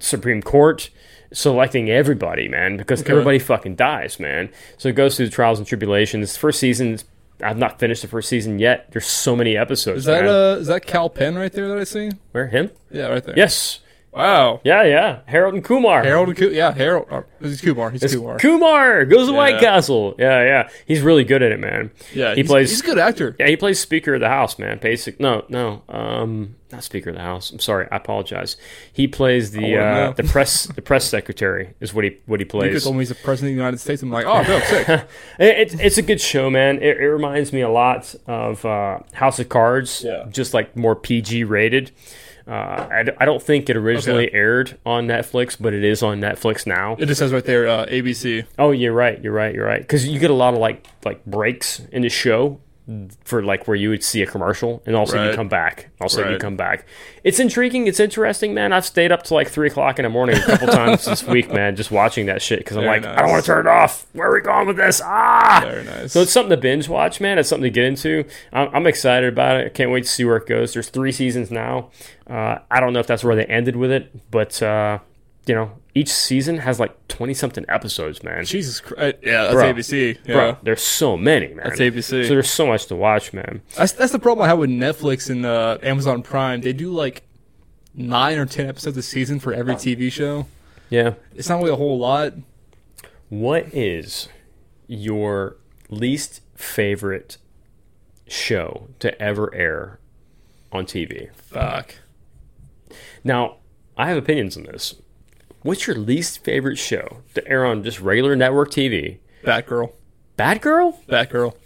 [SPEAKER 6] Supreme Court selecting everybody, man, because everybody fucking dies, man. So it goes through the trials and tribulations. First season is I've not finished the first season yet. There's so many episodes.
[SPEAKER 2] Is that
[SPEAKER 6] man.
[SPEAKER 2] uh is that Cal Penn right there that I see?
[SPEAKER 6] where him?
[SPEAKER 2] Yeah, right there.
[SPEAKER 6] Yes.
[SPEAKER 2] Wow.
[SPEAKER 6] Yeah, yeah. Harold and Kumar.
[SPEAKER 2] Harold and Ku- yeah, Harold. Uh, he's Kumar. He's
[SPEAKER 6] It's
[SPEAKER 2] Kumar.
[SPEAKER 6] Kumar goes to White
[SPEAKER 2] Yeah.
[SPEAKER 6] Castle. Yeah, yeah. He's really good at it, man.
[SPEAKER 2] yeah,
[SPEAKER 6] he
[SPEAKER 2] he's-
[SPEAKER 6] plays.
[SPEAKER 2] He's a good actor.
[SPEAKER 6] Yeah, he plays Speaker of the House, man. Basic. No, no. Um, not Speaker of the House. I'm sorry. I apologize. He plays the
[SPEAKER 2] wouldn't
[SPEAKER 6] uh,
[SPEAKER 2] know.
[SPEAKER 6] the press the press secretary is what he what he
[SPEAKER 2] You could
[SPEAKER 6] plays.
[SPEAKER 2] told me he's the president of the United States. I'm like, oh, no, sick.
[SPEAKER 6] It- It's it's a good show, man. It, it reminds me a lot of uh, House of Cards,
[SPEAKER 2] Yeah.
[SPEAKER 6] just like more PG rated. Uh, I, d- I don't think it originally aired on Netflix, but it is on Netflix now.
[SPEAKER 2] It just says right there, uh, ABC.
[SPEAKER 6] Oh, you're right. You're right. You're right. Because you get a lot of like like breaks in the show for like where you would see a commercial and also you
[SPEAKER 2] Right.
[SPEAKER 6] come back. Also you
[SPEAKER 2] Right.
[SPEAKER 6] come back. It's intriguing. It's interesting, man. I've stayed up to like three o'clock in the morning a couple times this week, man, just watching that shit because I'm
[SPEAKER 2] Very
[SPEAKER 6] like, I don't want
[SPEAKER 2] nice.
[SPEAKER 6] to turn it off. Where are we going with this? Ah,
[SPEAKER 2] Very nice.
[SPEAKER 6] So it's something to binge watch, man. It's something to get into. I'm, I'm excited about it. I can't wait to see where it goes. There's three seasons now. Uh, I don't know if that's where they ended with it, but uh, you know, each season has like twenty something episodes, man.
[SPEAKER 2] Jesus Christ. Uh, Yeah, that's
[SPEAKER 6] Bro.
[SPEAKER 2] ABC. Yeah.
[SPEAKER 6] Bro, there's so many, man.
[SPEAKER 2] That's ABC.
[SPEAKER 6] So there's so much to watch, man.
[SPEAKER 2] That's that's the problem I have with Netflix and uh, Amazon Prime. They do like nine or ten episodes a season for every TV show.
[SPEAKER 6] Yeah.
[SPEAKER 2] It's not really a whole lot.
[SPEAKER 6] What is your least favorite show to ever air on TV?
[SPEAKER 2] Fuck.
[SPEAKER 6] Now, I have opinions on this. What's your least favorite show to air on just regular network TV?
[SPEAKER 2] Batgirl.
[SPEAKER 6] Batgirl?
[SPEAKER 2] Batgirl.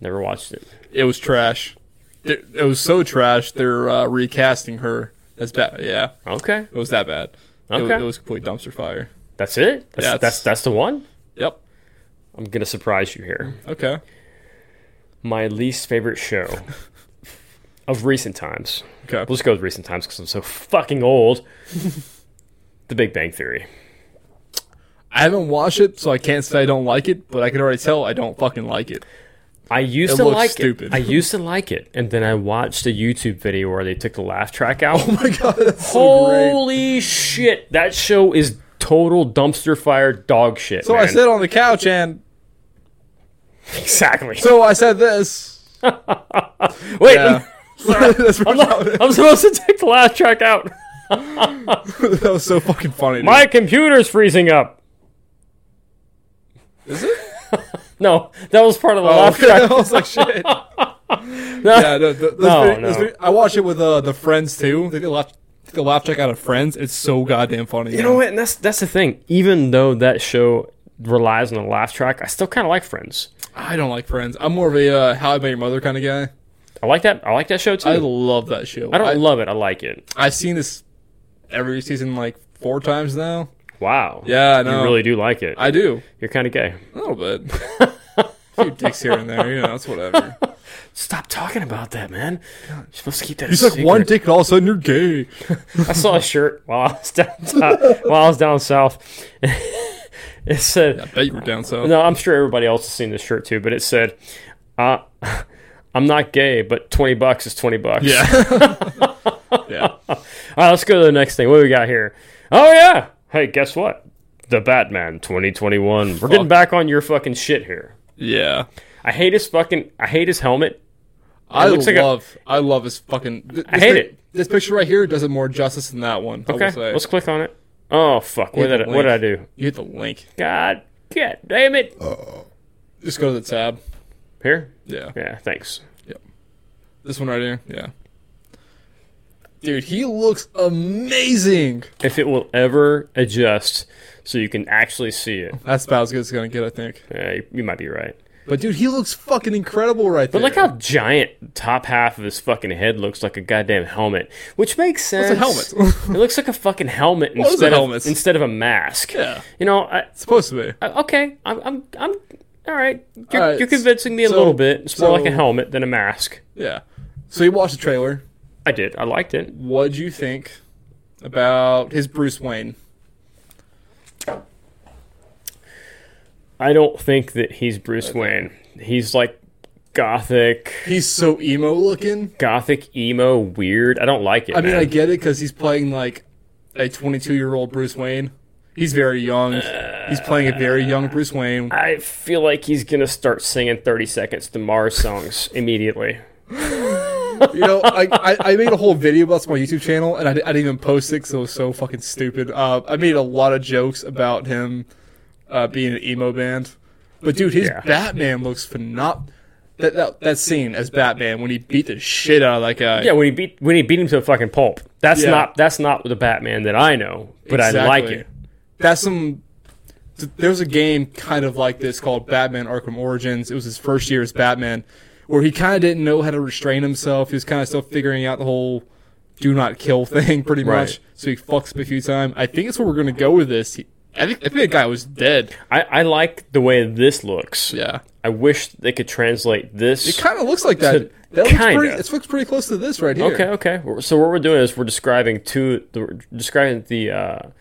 [SPEAKER 6] Never watched it.
[SPEAKER 2] It was trash. It it was so trash. They're uh, recasting her. That's bad. Yeah,
[SPEAKER 6] Okay.
[SPEAKER 2] it was that bad. It was-
[SPEAKER 6] Okay.
[SPEAKER 2] It, was complete dumpster fire.
[SPEAKER 6] That's it? That's
[SPEAKER 2] Yeah, it's-
[SPEAKER 6] that's, that's the one?
[SPEAKER 2] Yep.
[SPEAKER 6] I'm going to surprise you here.
[SPEAKER 2] Okay.
[SPEAKER 6] My least favorite show of recent times.
[SPEAKER 2] Okay.
[SPEAKER 6] We'll just go with recent times because I'm so fucking old. the Big Bang Theory.
[SPEAKER 2] I haven't watched it, so I can't say I don't like it. But I can already tell I don't fucking like it.
[SPEAKER 6] I used
[SPEAKER 2] It
[SPEAKER 6] to
[SPEAKER 2] looks
[SPEAKER 6] like
[SPEAKER 2] stupid.
[SPEAKER 6] it. I used to like it, and then I watched a YouTube video where they took the laugh track out.
[SPEAKER 2] Oh my god, that's so great.
[SPEAKER 6] Holy shit! That show is total dumpster fire dog shit.
[SPEAKER 2] So I
[SPEAKER 6] man.
[SPEAKER 2] sit on the couch and
[SPEAKER 6] exactly.
[SPEAKER 2] so I said this.
[SPEAKER 6] Wait,
[SPEAKER 2] Yeah. That's what-
[SPEAKER 6] I'm supposed to take the laugh track out.
[SPEAKER 2] that was so fucking funny. dude.
[SPEAKER 6] My computer's freezing up.
[SPEAKER 2] Is it?
[SPEAKER 6] No, that was part of the
[SPEAKER 2] Oh,
[SPEAKER 6] laugh track.
[SPEAKER 2] I was like, shit. Yeah, no, th- this
[SPEAKER 6] No,
[SPEAKER 2] video- this
[SPEAKER 6] no.
[SPEAKER 2] video- I watch it with uh, the Friends too. They did a laugh, did a laugh check out of Friends. It's so goddamn funny.
[SPEAKER 6] You know what? And that's that's the thing. Even though that show relies on a laugh track, I still kind of like Friends.
[SPEAKER 2] I don't like Friends. I'm more of a uh, How I Met Your Mother kind of guy.
[SPEAKER 6] I like that. I like that show too.
[SPEAKER 2] I
[SPEAKER 6] I,
[SPEAKER 2] love that show.
[SPEAKER 6] don't love it. I like it.
[SPEAKER 2] I've seen this every season like four times now.
[SPEAKER 6] Wow.
[SPEAKER 2] Yeah, I
[SPEAKER 6] You
[SPEAKER 2] know.
[SPEAKER 6] really do like it.
[SPEAKER 2] I do
[SPEAKER 6] You're kind of gay.
[SPEAKER 2] a little bit. A few dicks here and there. You know, that's whatever.
[SPEAKER 6] Stop talking about that, man. You're supposed to keep that.
[SPEAKER 2] You suck one dick, all of a sudden you're gay.
[SPEAKER 6] I saw a shirt while I was down while I was down south. it said,
[SPEAKER 2] Bet you were down south.
[SPEAKER 6] "No, I'm sure everybody else has seen this shirt too," but it said, uh, "I'm not gay, but twenty bucks is twenty bucks."
[SPEAKER 2] Yeah. yeah.
[SPEAKER 6] All right, let's go to the next thing. What do we got here? Oh yeah. Hey, guess what? The Batman 2021. We're getting back on your fucking shit here.
[SPEAKER 2] Yeah.
[SPEAKER 6] I hate his fucking. I hate his helmet.
[SPEAKER 2] I
[SPEAKER 6] looks like a-
[SPEAKER 2] love, I love his fucking. th-
[SPEAKER 6] I
[SPEAKER 2] this
[SPEAKER 6] hate
[SPEAKER 2] pic-
[SPEAKER 6] it.
[SPEAKER 2] This picture right here does it more justice than that one. I will
[SPEAKER 6] Okay,
[SPEAKER 2] say.
[SPEAKER 6] let's click on it. Oh fuck! What
[SPEAKER 2] Hit
[SPEAKER 6] did, I,
[SPEAKER 2] the
[SPEAKER 6] what did I
[SPEAKER 2] link.
[SPEAKER 6] do?
[SPEAKER 2] You hit the link.
[SPEAKER 6] God, god damn it!
[SPEAKER 2] Just go to the tab.
[SPEAKER 6] Here.
[SPEAKER 2] Yeah.
[SPEAKER 6] Yeah. Thanks.
[SPEAKER 2] This one right here. Yeah. Dude, he looks amazing.
[SPEAKER 6] if it will ever adjust so you can actually see it.
[SPEAKER 2] That's about as good as it's gonna get, I think.
[SPEAKER 6] Yeah, you, you might be right.
[SPEAKER 2] But dude, he looks fucking incredible right
[SPEAKER 6] But
[SPEAKER 2] there.
[SPEAKER 6] look how giant top half of his fucking head looks like a goddamn helmet, which makes sense.
[SPEAKER 2] What's a
[SPEAKER 6] it looks like a fucking helmet
[SPEAKER 2] is a
[SPEAKER 6] instead
[SPEAKER 2] helmet?
[SPEAKER 6] of instead of a mask.
[SPEAKER 2] Yeah.
[SPEAKER 6] You know, I,
[SPEAKER 2] it's supposed to be.
[SPEAKER 6] I- okay, I'm I'm I'm all right. You're,
[SPEAKER 2] All right,
[SPEAKER 6] you're convincing me a
[SPEAKER 2] so-
[SPEAKER 6] little bit. It's more like a
[SPEAKER 2] so-
[SPEAKER 6] helmet than a mask.
[SPEAKER 2] Yeah. So you watched the trailer.
[SPEAKER 6] I did. I liked it.
[SPEAKER 2] What'd you think about his Bruce Wayne?
[SPEAKER 6] I don't think that he's Bruce Wayne. He's like gothic,
[SPEAKER 2] He's so emo looking.
[SPEAKER 6] gothic emo weird. I don't like it.
[SPEAKER 2] I mean,
[SPEAKER 6] man.
[SPEAKER 2] I get it because he's playing like a 22 year old Bruce Wayne. He's very young. He's playing a very young Bruce Wayne.
[SPEAKER 6] I feel like he's gonna start singing 30 Seconds to Mars songs immediately.
[SPEAKER 2] You know, I, I, I made a whole video about this on my YouTube channel, and I, di- I didn't even post it because it was so fucking stupid. Uh, I made a lot of jokes about him uh, being an emo band, but dude, his
[SPEAKER 6] Yeah.
[SPEAKER 2] Batman looks phenomenal. That, that that scene as Batman when he beat the shit out of that guy.
[SPEAKER 6] Yeah, when he beat when he beat him to a fucking pulp. That's
[SPEAKER 2] Yeah.
[SPEAKER 6] not that's not the Batman that I know, but I like
[SPEAKER 2] Exactly.
[SPEAKER 6] it.
[SPEAKER 2] That's some. th- There was a game kind of like this called Batman Arkham Origins. It was his first year as Batman, where he kind of didn't know how to restrain himself. He was kind of still figuring out the whole do not kill thing, pretty
[SPEAKER 6] Right.
[SPEAKER 2] much. So he fucks up a few times. I think that's where we're gonna go with this. He, I think I think the guy was dead.
[SPEAKER 6] I, I like the way this looks.
[SPEAKER 2] Yeah,
[SPEAKER 6] I wish they could translate this.
[SPEAKER 2] it kind of looks like that. That looks
[SPEAKER 6] kinda.
[SPEAKER 2] pretty. It looks pretty close to this right here.
[SPEAKER 6] Okay, okay. So what we're doing is we're describing two, the, we're describing the. Uh, oh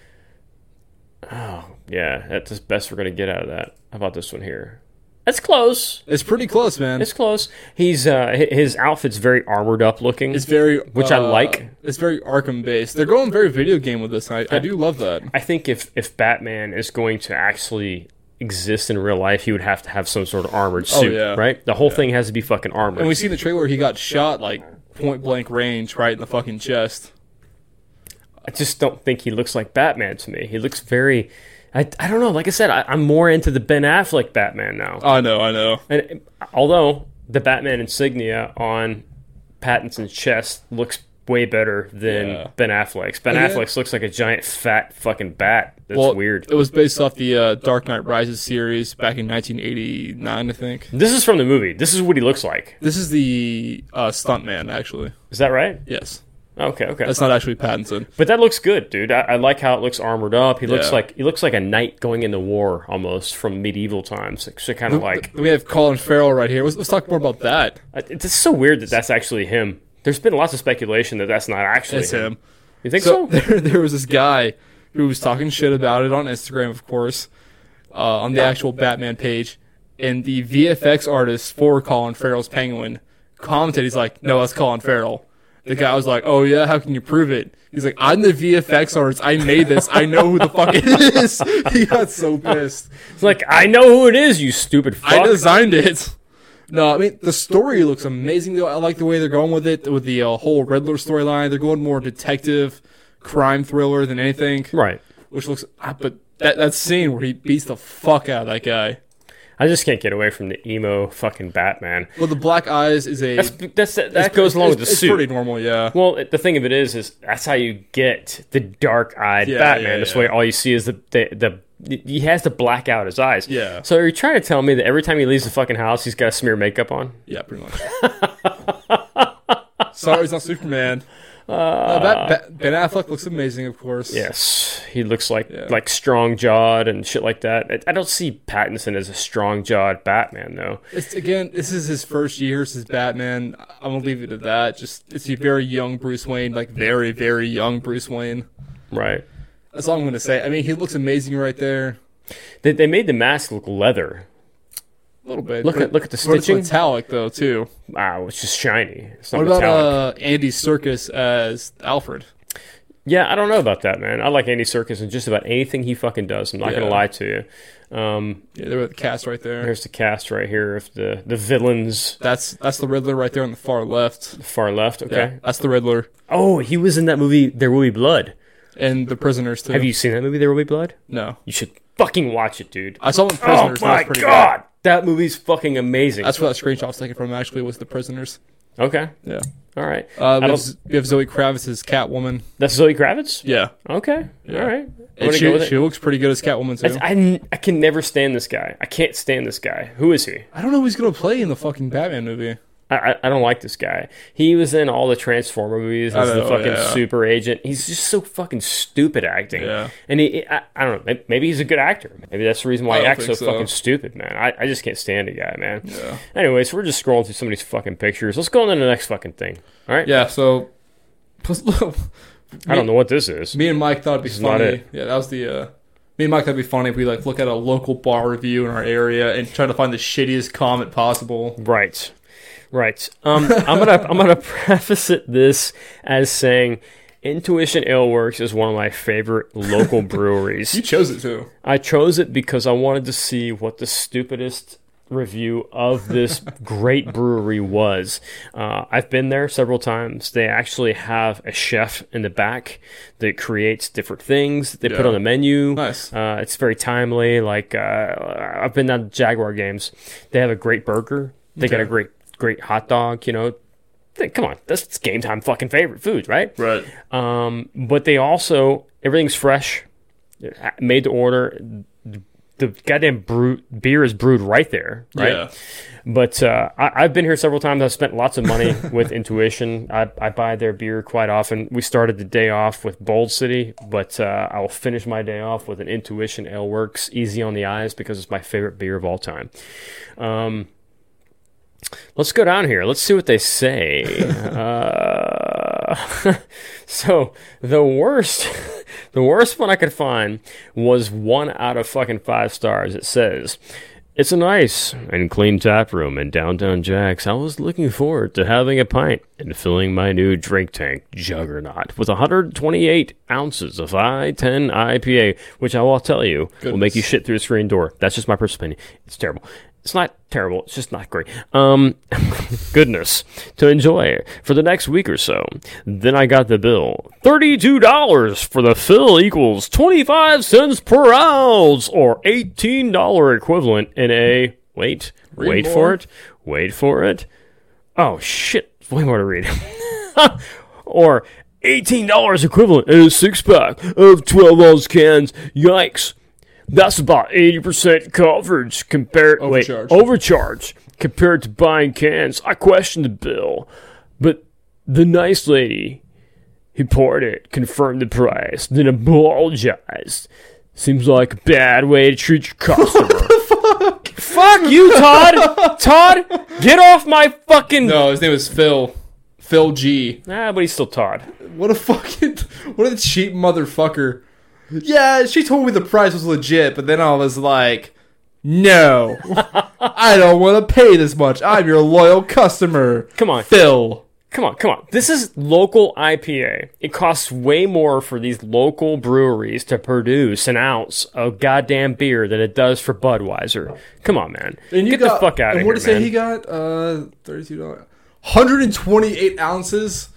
[SPEAKER 6] yeah, that's the best we're gonna get out of that. How about this one here? That's close.
[SPEAKER 2] it's pretty close, man.
[SPEAKER 6] It's close. He's uh, hi- his outfit's very armored up looking.
[SPEAKER 2] It's very
[SPEAKER 6] Which I
[SPEAKER 2] uh,
[SPEAKER 6] like.
[SPEAKER 2] It's very Arkham based. They're going very video game with this. And I, I do love that.
[SPEAKER 6] I think if if Batman is going to actually exist in real life, he would have to have some sort of armored suit,
[SPEAKER 2] Oh, yeah.
[SPEAKER 6] right? The whole thing has to be fucking armored.
[SPEAKER 2] And we see in the trailer he got shot like point blank range, right in the fucking chest.
[SPEAKER 6] I just don't think he looks like Batman to me. He looks very. I, I don't know. Like I said, I, I'm more into the Ben Affleck Batman now.
[SPEAKER 2] I know, I know.
[SPEAKER 6] And uh, although the Batman insignia on Pattinson's chest looks way better than
[SPEAKER 2] Yeah.
[SPEAKER 6] Ben Affleck's. Ben
[SPEAKER 2] Yeah.
[SPEAKER 6] Affleck's looks like a giant fat fucking bat. That's weird.
[SPEAKER 2] It was based off the uh, Dark Knight Rises series back in 1989, I think.
[SPEAKER 6] This is from the movie. This is what he looks like.
[SPEAKER 2] This is the uh, stuntman, actually.
[SPEAKER 6] Is that right?
[SPEAKER 2] Yes,
[SPEAKER 6] Okay, okay.
[SPEAKER 2] that's not actually Pattinson.
[SPEAKER 6] but that looks good, dude. I, I like how it looks armored up. He looks
[SPEAKER 2] Yeah.
[SPEAKER 6] like he looks like a knight going into war almost from medieval times. Like, So kind of like
[SPEAKER 2] we have Colin Farrell right here. Let's, let's talk more about that.
[SPEAKER 6] I- it's just so weird that that's actually him. There's been lots of speculation that that's not actually
[SPEAKER 2] It's him.
[SPEAKER 6] You think
[SPEAKER 2] So
[SPEAKER 6] so?
[SPEAKER 2] there, there was this guy who was talking shit about it on Instagram, of course, uh, on the actual Batman page, and the VFX artist for Colin Farrell's Penguin commented, "He's like, no, that's Colin Farrell." The guy was like, "Oh yeah, how can you prove it?" He's like, "I'm the VFX artist. I made this. I know who the fuck it is." He got so pissed.
[SPEAKER 6] It's like I know who it is, you stupid fuck.
[SPEAKER 2] I designed it. No, I mean the story looks amazing though. I like the way they're going with it with the uh, whole Riddler storyline. They're going more detective, crime thriller than anything
[SPEAKER 6] right.
[SPEAKER 2] which looks ah, but that that scene where he beats the fuck out of that guy
[SPEAKER 6] I just can't get away from the emo fucking Batman.
[SPEAKER 2] well the black eyes is a
[SPEAKER 6] That's,
[SPEAKER 2] it's-
[SPEAKER 6] that's that goes along with the
[SPEAKER 2] it's, it's
[SPEAKER 6] suit.
[SPEAKER 2] pretty normal yeah
[SPEAKER 6] well, it- the thing of it is, is that's how you get the dark-eyed
[SPEAKER 2] Yeah,
[SPEAKER 6] Batman.
[SPEAKER 2] yeah,
[SPEAKER 6] this
[SPEAKER 2] yeah.
[SPEAKER 6] way, all you see is the, the the he has to black out his eyes.
[SPEAKER 2] Yeah.
[SPEAKER 6] So are you trying to tell me that every time he leaves the fucking house, he's got to smear makeup on?
[SPEAKER 2] yeah pretty much sorry it's not superman uh, that, ben affleck looks amazing of course
[SPEAKER 6] Ah. Yes, he looks like like strong-jawed and shit like that. I, I don't see Pattinson as a strong-jawed Batman though.
[SPEAKER 2] it's, again this is his first year as batman I- i'm gonna leave it at that just it's a very young bruce wayne like very very young bruce wayne
[SPEAKER 6] Right.
[SPEAKER 2] that's all i'm gonna say i mean he looks amazing right there
[SPEAKER 6] They, they made the mask look leather.
[SPEAKER 2] a little bit
[SPEAKER 6] Look
[SPEAKER 2] but-
[SPEAKER 6] at- look at the
[SPEAKER 2] but it's
[SPEAKER 6] stitching.
[SPEAKER 2] metallic though too
[SPEAKER 6] Wow, it's just shiny. It's not
[SPEAKER 2] uh, What about
[SPEAKER 6] metallic.
[SPEAKER 2] uh, Andy Circus as Alfred?
[SPEAKER 6] Yeah, I don't know about that, man. I like Andy Serkis and just about anything he fucking does. I'm not gonna
[SPEAKER 2] Yeah.
[SPEAKER 6] lie to you. Um,
[SPEAKER 2] Yeah, they were the cast right there.
[SPEAKER 6] here's the cast right here of the the villains
[SPEAKER 2] That's that's the Riddler right there on the far left.
[SPEAKER 6] far left.
[SPEAKER 2] Yeah,
[SPEAKER 6] Okay.
[SPEAKER 2] that's the Riddler
[SPEAKER 6] Oh, he was in that movie There Will Be Blood.
[SPEAKER 2] and the Prisoners too.
[SPEAKER 6] Have you seen that movie There Will Be Blood?
[SPEAKER 2] No,
[SPEAKER 6] You should fucking watch it, dude.
[SPEAKER 2] I saw him in
[SPEAKER 6] Oh
[SPEAKER 2] Prisoners. and that was
[SPEAKER 6] my
[SPEAKER 2] pretty
[SPEAKER 6] god,
[SPEAKER 2] good.
[SPEAKER 6] that movie's fucking amazing.
[SPEAKER 2] That's where that screenshot was taken from. Actually, was the Prisoners.
[SPEAKER 6] okay.
[SPEAKER 2] Yeah.
[SPEAKER 6] All right.
[SPEAKER 2] Uh,
[SPEAKER 6] I
[SPEAKER 2] we, have,
[SPEAKER 6] don't-
[SPEAKER 2] Z- we have Zoe Kravitz as Catwoman.
[SPEAKER 6] that's Zoe Kravitz.
[SPEAKER 2] Yeah,
[SPEAKER 6] Okay. All right. I'm
[SPEAKER 2] and
[SPEAKER 6] gonna go with
[SPEAKER 2] she,
[SPEAKER 6] it.
[SPEAKER 2] she looks pretty good as Catwoman too.
[SPEAKER 6] I, n- I can never stand this guy. I can't stand this guy. Who is he?
[SPEAKER 2] I don't know who he's gonna play in the fucking Batman movie.
[SPEAKER 6] I, I, I don't like this guy. He was in all the Transformer movies as
[SPEAKER 2] I
[SPEAKER 6] the
[SPEAKER 2] know,
[SPEAKER 6] fucking
[SPEAKER 2] yeah.
[SPEAKER 6] super agent. He's just so fucking stupid acting.
[SPEAKER 2] Yeah.
[SPEAKER 6] And he, I, I don't know. may- Maybe he's a good actor. Maybe that's the reason why
[SPEAKER 2] I
[SPEAKER 6] he
[SPEAKER 2] don't
[SPEAKER 6] acts so,
[SPEAKER 2] think so.
[SPEAKER 6] fucking stupid, man. I, I just can't stand the guy, man. Yeah. Anyways, we're just scrolling through somebody's fucking pictures. Let's go on to the next fucking thing. All right.
[SPEAKER 2] Yeah, so plus, look,
[SPEAKER 6] I don't know what this is.
[SPEAKER 2] me and Mike thought it'd be
[SPEAKER 6] not
[SPEAKER 2] funny.
[SPEAKER 6] it.
[SPEAKER 2] Yeah, that was the. Uh, me and Mike thought it'd be funny if we like look at a local bar review in our area and try to find the shittiest comment possible.
[SPEAKER 6] Right. Right. Um, I'm gonna I'm gonna preface it this as saying Intuition Ale Works is one of my favorite local breweries.
[SPEAKER 2] You chose it too.
[SPEAKER 6] I chose it because I wanted to see what the stupidest review of this great brewery was. Uh, I've been there several times. They actually have a chef in the back that creates different things that they put
[SPEAKER 2] Yeah.
[SPEAKER 6] on the menu.
[SPEAKER 2] Nice.
[SPEAKER 6] Uh, it's very timely. Like uh, I've been at Jaguar games. They have a great burger. They got a great great hot dog. You know, Hey, come on, that's game time fucking favorite foods, right?
[SPEAKER 2] Right.
[SPEAKER 6] Um, but they also everything's fresh, uh, made to order. The goddamn brew, beer is brewed right there, right?
[SPEAKER 2] Yeah.
[SPEAKER 6] But uh, I, I've been here several times. I've spent lots of money with Intuition. I, I buy their beer quite often. We started the day off with Bold City, but uh, I will finish my day off with an Intuition Ale Works Easy on the Eyes because it's my favorite beer of all time. Um, let's go down here. Let's see what they say. uh, so the worst, the worst one I could find was one out of fucking five stars. It says. It's a nice and clean tap room in downtown Jack's. I was looking forward to having a pint and filling my new drink tank juggernaut with 128 ounces of I-10 IPA, which I will tell you will make you shit through a screen door. That's just my personal opinion. It's terrible. It's not terrible. It's just not great. Um, goodness, to enjoy for the next week or so. Then I got the bill: thirty-two dollars for the fill equals twenty-five cents per ounce, or eighteen dollar equivalent in a wait, wait for
[SPEAKER 2] more.
[SPEAKER 6] it, wait for it. Oh shit, way more to read. or eighteen dollars equivalent in a six pack of twelve ounce cans. Yikes. That's about 80% coverage compared
[SPEAKER 2] Overcharge.
[SPEAKER 6] wait, overcharge compared to buying cans. I questioned the bill, but the nice lady who poured it confirmed the price, then apologized. Seems like a bad way to treat your customer. fuck? you, Todd! Todd, get off my fucking
[SPEAKER 2] No, his name was Phil. Phil G.
[SPEAKER 6] Nah, but he's still Todd.
[SPEAKER 2] What a fucking what a cheap motherfucker. Yeah, she told me the price was legit, but then I was like, "No, I don't want to pay this much. I'm your loyal customer."
[SPEAKER 6] Come on.
[SPEAKER 2] Phil.
[SPEAKER 6] Come on, come on. This is local IPA. It costs way more for these local breweries to produce an ounce of goddamn beer than it does for Budweiser. Come on, man. Get the fuck out
[SPEAKER 2] and
[SPEAKER 6] of here,
[SPEAKER 2] What did say
[SPEAKER 6] man.
[SPEAKER 2] he got? Uh, thirty-two dollars, hundred and twenty-eight ounces.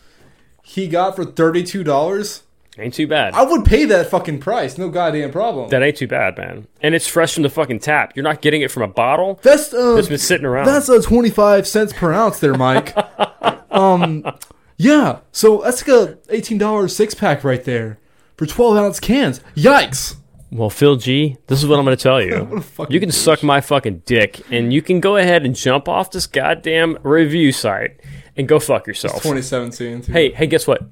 [SPEAKER 2] He got for thirty-two dollars.
[SPEAKER 6] Ain't too bad.
[SPEAKER 2] I would pay that fucking price. No goddamn problem.
[SPEAKER 6] that ain't too bad, man. And it's fresh from the fucking tap. You're not getting it from a bottle
[SPEAKER 2] that's uh,
[SPEAKER 6] that's been sitting around.
[SPEAKER 2] That's a 25 cents per ounce there, Mike. um, yeah, so that's like a $18 six pack right there for 12 ounce cans. Yikes.
[SPEAKER 6] Well, Phil G, this is what I'm going to tell you.
[SPEAKER 2] fucking
[SPEAKER 6] you can suck my fucking dick, and you can go ahead and jump off this goddamn review site and go fuck yourself.
[SPEAKER 2] 2017. Dude.
[SPEAKER 6] Hey, hey, guess what?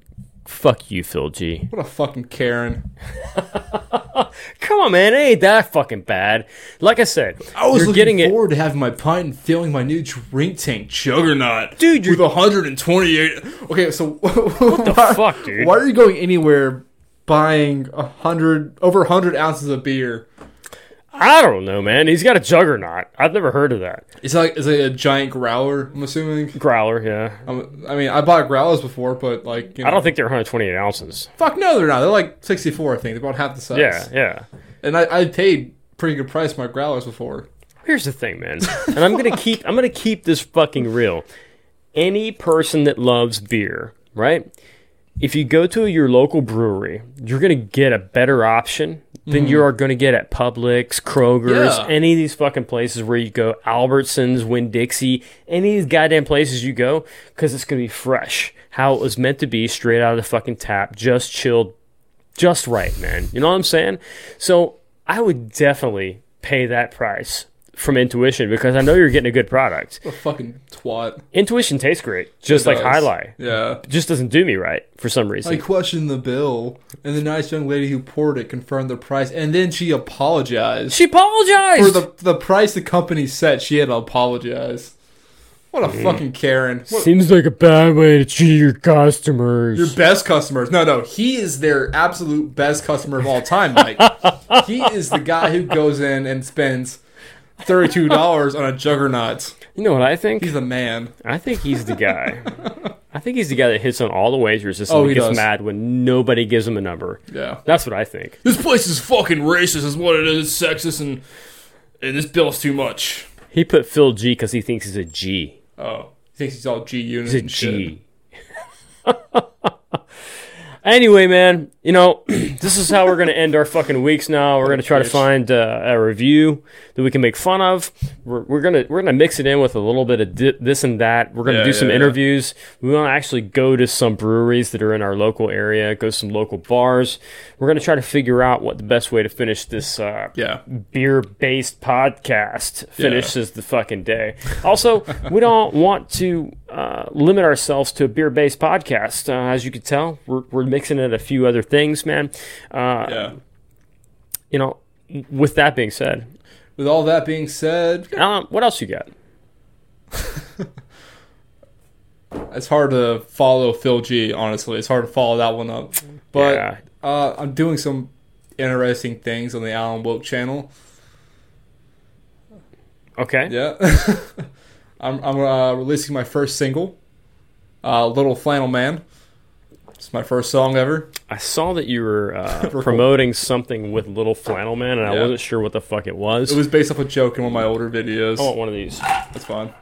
[SPEAKER 6] Fuck you, Phil G.
[SPEAKER 2] What a fucking Karen.
[SPEAKER 6] Come on, man. It ain't that fucking bad. Like I said,
[SPEAKER 2] I was
[SPEAKER 6] you're
[SPEAKER 2] looking
[SPEAKER 6] getting it.
[SPEAKER 2] forward to having my pint and filling my new drink tank juggernaut.
[SPEAKER 6] Dude, you're-
[SPEAKER 2] With 128. Okay, so. what the
[SPEAKER 6] Oh, fuck, dude?
[SPEAKER 2] Why are you going anywhere buying a 100, over 100 ounces of beer?
[SPEAKER 6] I don't know, man. He's got a juggernaut. I've never heard of that.
[SPEAKER 2] It's like, it's like a giant growler, I'm assuming.
[SPEAKER 6] Growler, yeah.
[SPEAKER 2] Um, I mean, I bought growlers before, but like, you know,
[SPEAKER 6] I don't think they're 128 ounces.
[SPEAKER 2] Fuck no, they're not. They're like 64, I think. They're about half the size.
[SPEAKER 6] Yeah, yeah.
[SPEAKER 2] And I, I paid pretty good price for my growlers before.
[SPEAKER 6] Here's the thing, man. And I'm gonna keep. I'm gonna keep this fucking real. Any person that loves beer, right? If you go to your local brewery, you're gonna get a better option than you are gonna get at Publix, Kroger's,
[SPEAKER 2] Yeah.
[SPEAKER 6] any of these fucking places where you go, Albertsons, Winn Dixie, any of these goddamn places you go, because it's gonna be fresh, how it was meant to be, straight out of the fucking tap, just chilled just right, man. You know what I'm saying? So I would definitely pay that price from Intuition because I know you're getting a good product.
[SPEAKER 2] What a fucking twat.
[SPEAKER 6] Intuition tastes great, just like High Lie.
[SPEAKER 2] Yeah.
[SPEAKER 6] Just doesn't do me right for some reason.
[SPEAKER 2] I questioned the bill, and the nice young lady who poured it confirmed the price, and then she apologized.
[SPEAKER 6] she apologized.
[SPEAKER 2] for the, the price the company set, she had to apologize. What a
[SPEAKER 6] Mm-hmm.
[SPEAKER 2] fucking Karen. What,
[SPEAKER 6] Seems like a bad way to treat your customers.
[SPEAKER 2] your best customers. No, no. He is their absolute best customer of all time, Mike. he is the guy who goes in and spends $32 on a juggernaut.
[SPEAKER 6] you know what I think?
[SPEAKER 2] He's a man.
[SPEAKER 6] I think he's the guy I think he's the guy that hits on all the wagers system
[SPEAKER 2] Oh,
[SPEAKER 6] and
[SPEAKER 2] he
[SPEAKER 6] gets
[SPEAKER 2] does.
[SPEAKER 6] mad when nobody gives him a number.
[SPEAKER 2] Yeah.
[SPEAKER 6] That's what I think.
[SPEAKER 2] This place is fucking racist, is what it is. It's sexist, and and this bill's too much.
[SPEAKER 6] He put Phil G because he thinks he's a G.
[SPEAKER 2] Oh, he thinks he's all G unit.
[SPEAKER 6] He's a
[SPEAKER 2] and shit.
[SPEAKER 6] G. anyway, man, you know, this is how we're going to end our fucking weeks now. We're going to try to
[SPEAKER 2] Bitch.
[SPEAKER 6] find uh, a review that we can make fun of. We're, we're going to we're gonna mix it in with a little bit of di- this and that. We're going to
[SPEAKER 2] Yeah,
[SPEAKER 6] do some
[SPEAKER 2] yeah, yeah.
[SPEAKER 6] interviews. We want to actually go to some breweries that are in our local area, go to some local bars. We're going to try to figure out what the best way to finish this uh,
[SPEAKER 2] Yeah.
[SPEAKER 6] beer based podcast finishes the fucking day. Also, we don't want to uh, limit ourselves to a beer based podcast. Uh, as you can tell, we're, we're mixing in a few other things, man. Uh,
[SPEAKER 2] Yeah.
[SPEAKER 6] You know, with that being said,
[SPEAKER 2] With all that being said,
[SPEAKER 6] Alan, what else you got?
[SPEAKER 2] it's hard to follow Phil G. Honestly, it's hard to follow that one up. But
[SPEAKER 6] Yeah.
[SPEAKER 2] uh, I'm doing some interesting things on the Alan Woke channel.
[SPEAKER 6] Okay.
[SPEAKER 2] Yeah, I'm I'm uh, releasing my first single, uh, "Little Flannel Man." It's my first song ever.
[SPEAKER 6] I saw that you were uh,
[SPEAKER 2] We're cool.
[SPEAKER 6] promoting something with Little Flannel Man, and I
[SPEAKER 2] Yeah.
[SPEAKER 6] wasn't sure what the fuck it was.
[SPEAKER 2] It was based off a joke in one of my older videos.
[SPEAKER 6] I want one of these.
[SPEAKER 2] That's fine.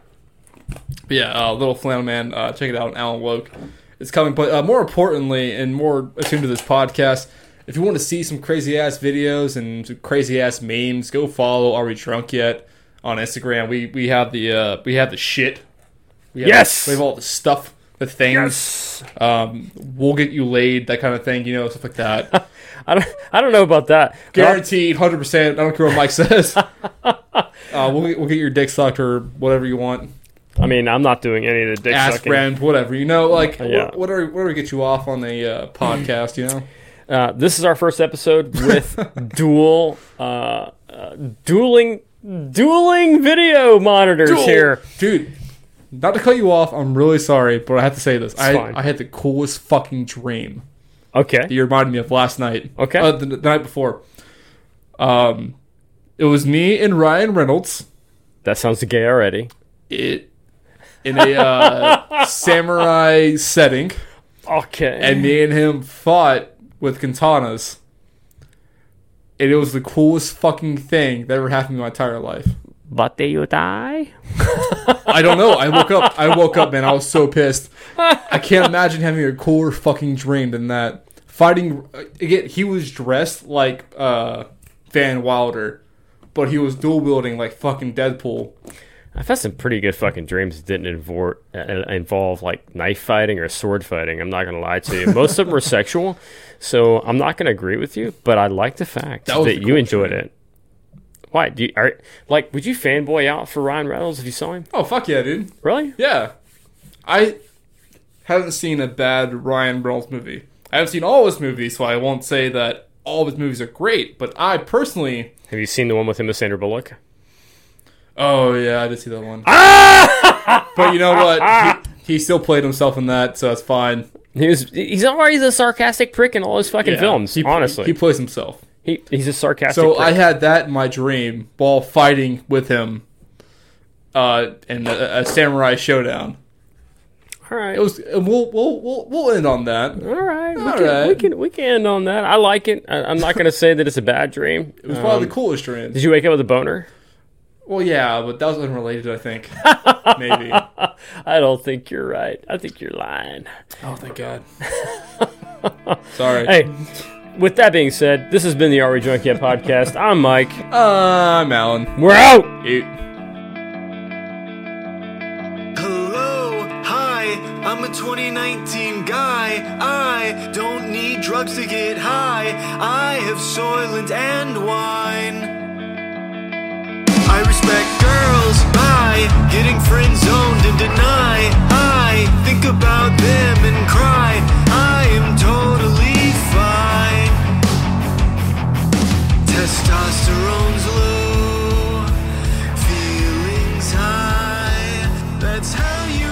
[SPEAKER 2] But yeah, uh, Little Flannel Man, uh, check it out on Alan Woke. It's coming, but uh, more importantly, and more attuned to this podcast, if you want to see some crazy ass videos and some crazy ass memes, go follow Are We Drunk Yet on Instagram. We we have the uh, we have the shit. We have,
[SPEAKER 6] Yes!
[SPEAKER 2] we have all the stuff, the things. Um, we'll get you laid, that kind of thing, you know, stuff like that.
[SPEAKER 6] I don't, I don't know about that. but I'll-
[SPEAKER 2] Guaranteed, hundred percent. I don't care what Mike says. uh, we'll get- we'll get your dick sucked or whatever you want.
[SPEAKER 6] I mean, I'm not doing any of the dick
[SPEAKER 2] ass
[SPEAKER 6] sucking.
[SPEAKER 2] friend, whatever. You know, like
[SPEAKER 6] Yeah.
[SPEAKER 2] what whatever, whatever get you off on the uh, podcast. You know,
[SPEAKER 6] Uh, this is our first episode with dual, uh, uh, dueling, dueling video monitors here.
[SPEAKER 2] dude. Not to cut you off, I'm really sorry, but I have to say this. I,
[SPEAKER 6] fine.
[SPEAKER 2] I had the coolest fucking dream that
[SPEAKER 6] Okay.
[SPEAKER 2] you reminded me of last night.
[SPEAKER 6] Okay.
[SPEAKER 2] uh, the, the night before. Um, it was me and Ryan Reynolds
[SPEAKER 6] That sounds gay already.
[SPEAKER 2] it in a uh, samurai setting,
[SPEAKER 6] Okay.
[SPEAKER 2] and me and him fought with katanas. And it was the coolest fucking thing that ever happened in my entire life.
[SPEAKER 6] but do you die?
[SPEAKER 2] I don't know. I woke up. I woke up, man. I was so pissed. I can't imagine having a cooler fucking dream than that. Fighting uh, again. He was dressed like uh, Van Wilder, but he was dual wielding like fucking Deadpool.
[SPEAKER 6] I've had some pretty good fucking dreams that didn't involve, uh, involve like knife fighting or sword fighting. I'm not gonna lie to you. Most of them were sexual, so I'm not gonna agree with you. But I like the fact
[SPEAKER 2] That
[SPEAKER 6] that,
[SPEAKER 2] was a
[SPEAKER 6] you
[SPEAKER 2] cool
[SPEAKER 6] enjoyed it. Why do you are like? Would you fanboy out for Ryan Reynolds if you saw him?
[SPEAKER 2] Oh fuck yeah, dude.
[SPEAKER 6] Really?
[SPEAKER 2] Yeah, I haven't seen a bad Ryan Reynolds movie. I haven't seen all his movies, so I won't say that all of his movies are great. But I personally,
[SPEAKER 6] Have you seen the one with him and Sandra Bullock?
[SPEAKER 2] oh yeah, I did see that one.
[SPEAKER 6] Ah!
[SPEAKER 2] but you know what? He, he still played himself in that, so that's fine.
[SPEAKER 6] He was, he's always a sarcastic prick in all his fucking
[SPEAKER 2] Yeah.
[SPEAKER 6] films.
[SPEAKER 2] He,
[SPEAKER 6] honestly,
[SPEAKER 2] he plays himself.
[SPEAKER 6] he, he's a sarcastic.
[SPEAKER 2] So
[SPEAKER 6] prick.
[SPEAKER 2] I had that in my dream while fighting with him, uh, in a, a samurai showdown.
[SPEAKER 6] all right,
[SPEAKER 2] It was. and We'll we'll we'll, we'll end on that.
[SPEAKER 6] all right, we
[SPEAKER 2] all
[SPEAKER 6] can, we
[SPEAKER 2] right.
[SPEAKER 6] can we can end on that. I like it. I, I'm not gonna say that it's a bad dream.
[SPEAKER 2] It was probably
[SPEAKER 6] Um,
[SPEAKER 2] the coolest dream.
[SPEAKER 6] Did you wake up with a boner?
[SPEAKER 2] Well, yeah, but that was unrelated. I think maybe.
[SPEAKER 6] I don't think you're right. I think you're lying.
[SPEAKER 2] Oh, thank God. Sorry.
[SPEAKER 6] Hey, with that being said, this has been the Are We Drunk Yet podcast. I'm Mike.
[SPEAKER 2] I'm Alan.
[SPEAKER 6] We're out.
[SPEAKER 2] Eight.
[SPEAKER 1] Hello, hi, I'm a 2019 guy. I don't need drugs to get high. I have Soylent and wine. I respect girls by getting friend zoned and deny. I think about them and cry. I am totally fine. Testosterone's low, feelings high. That's how you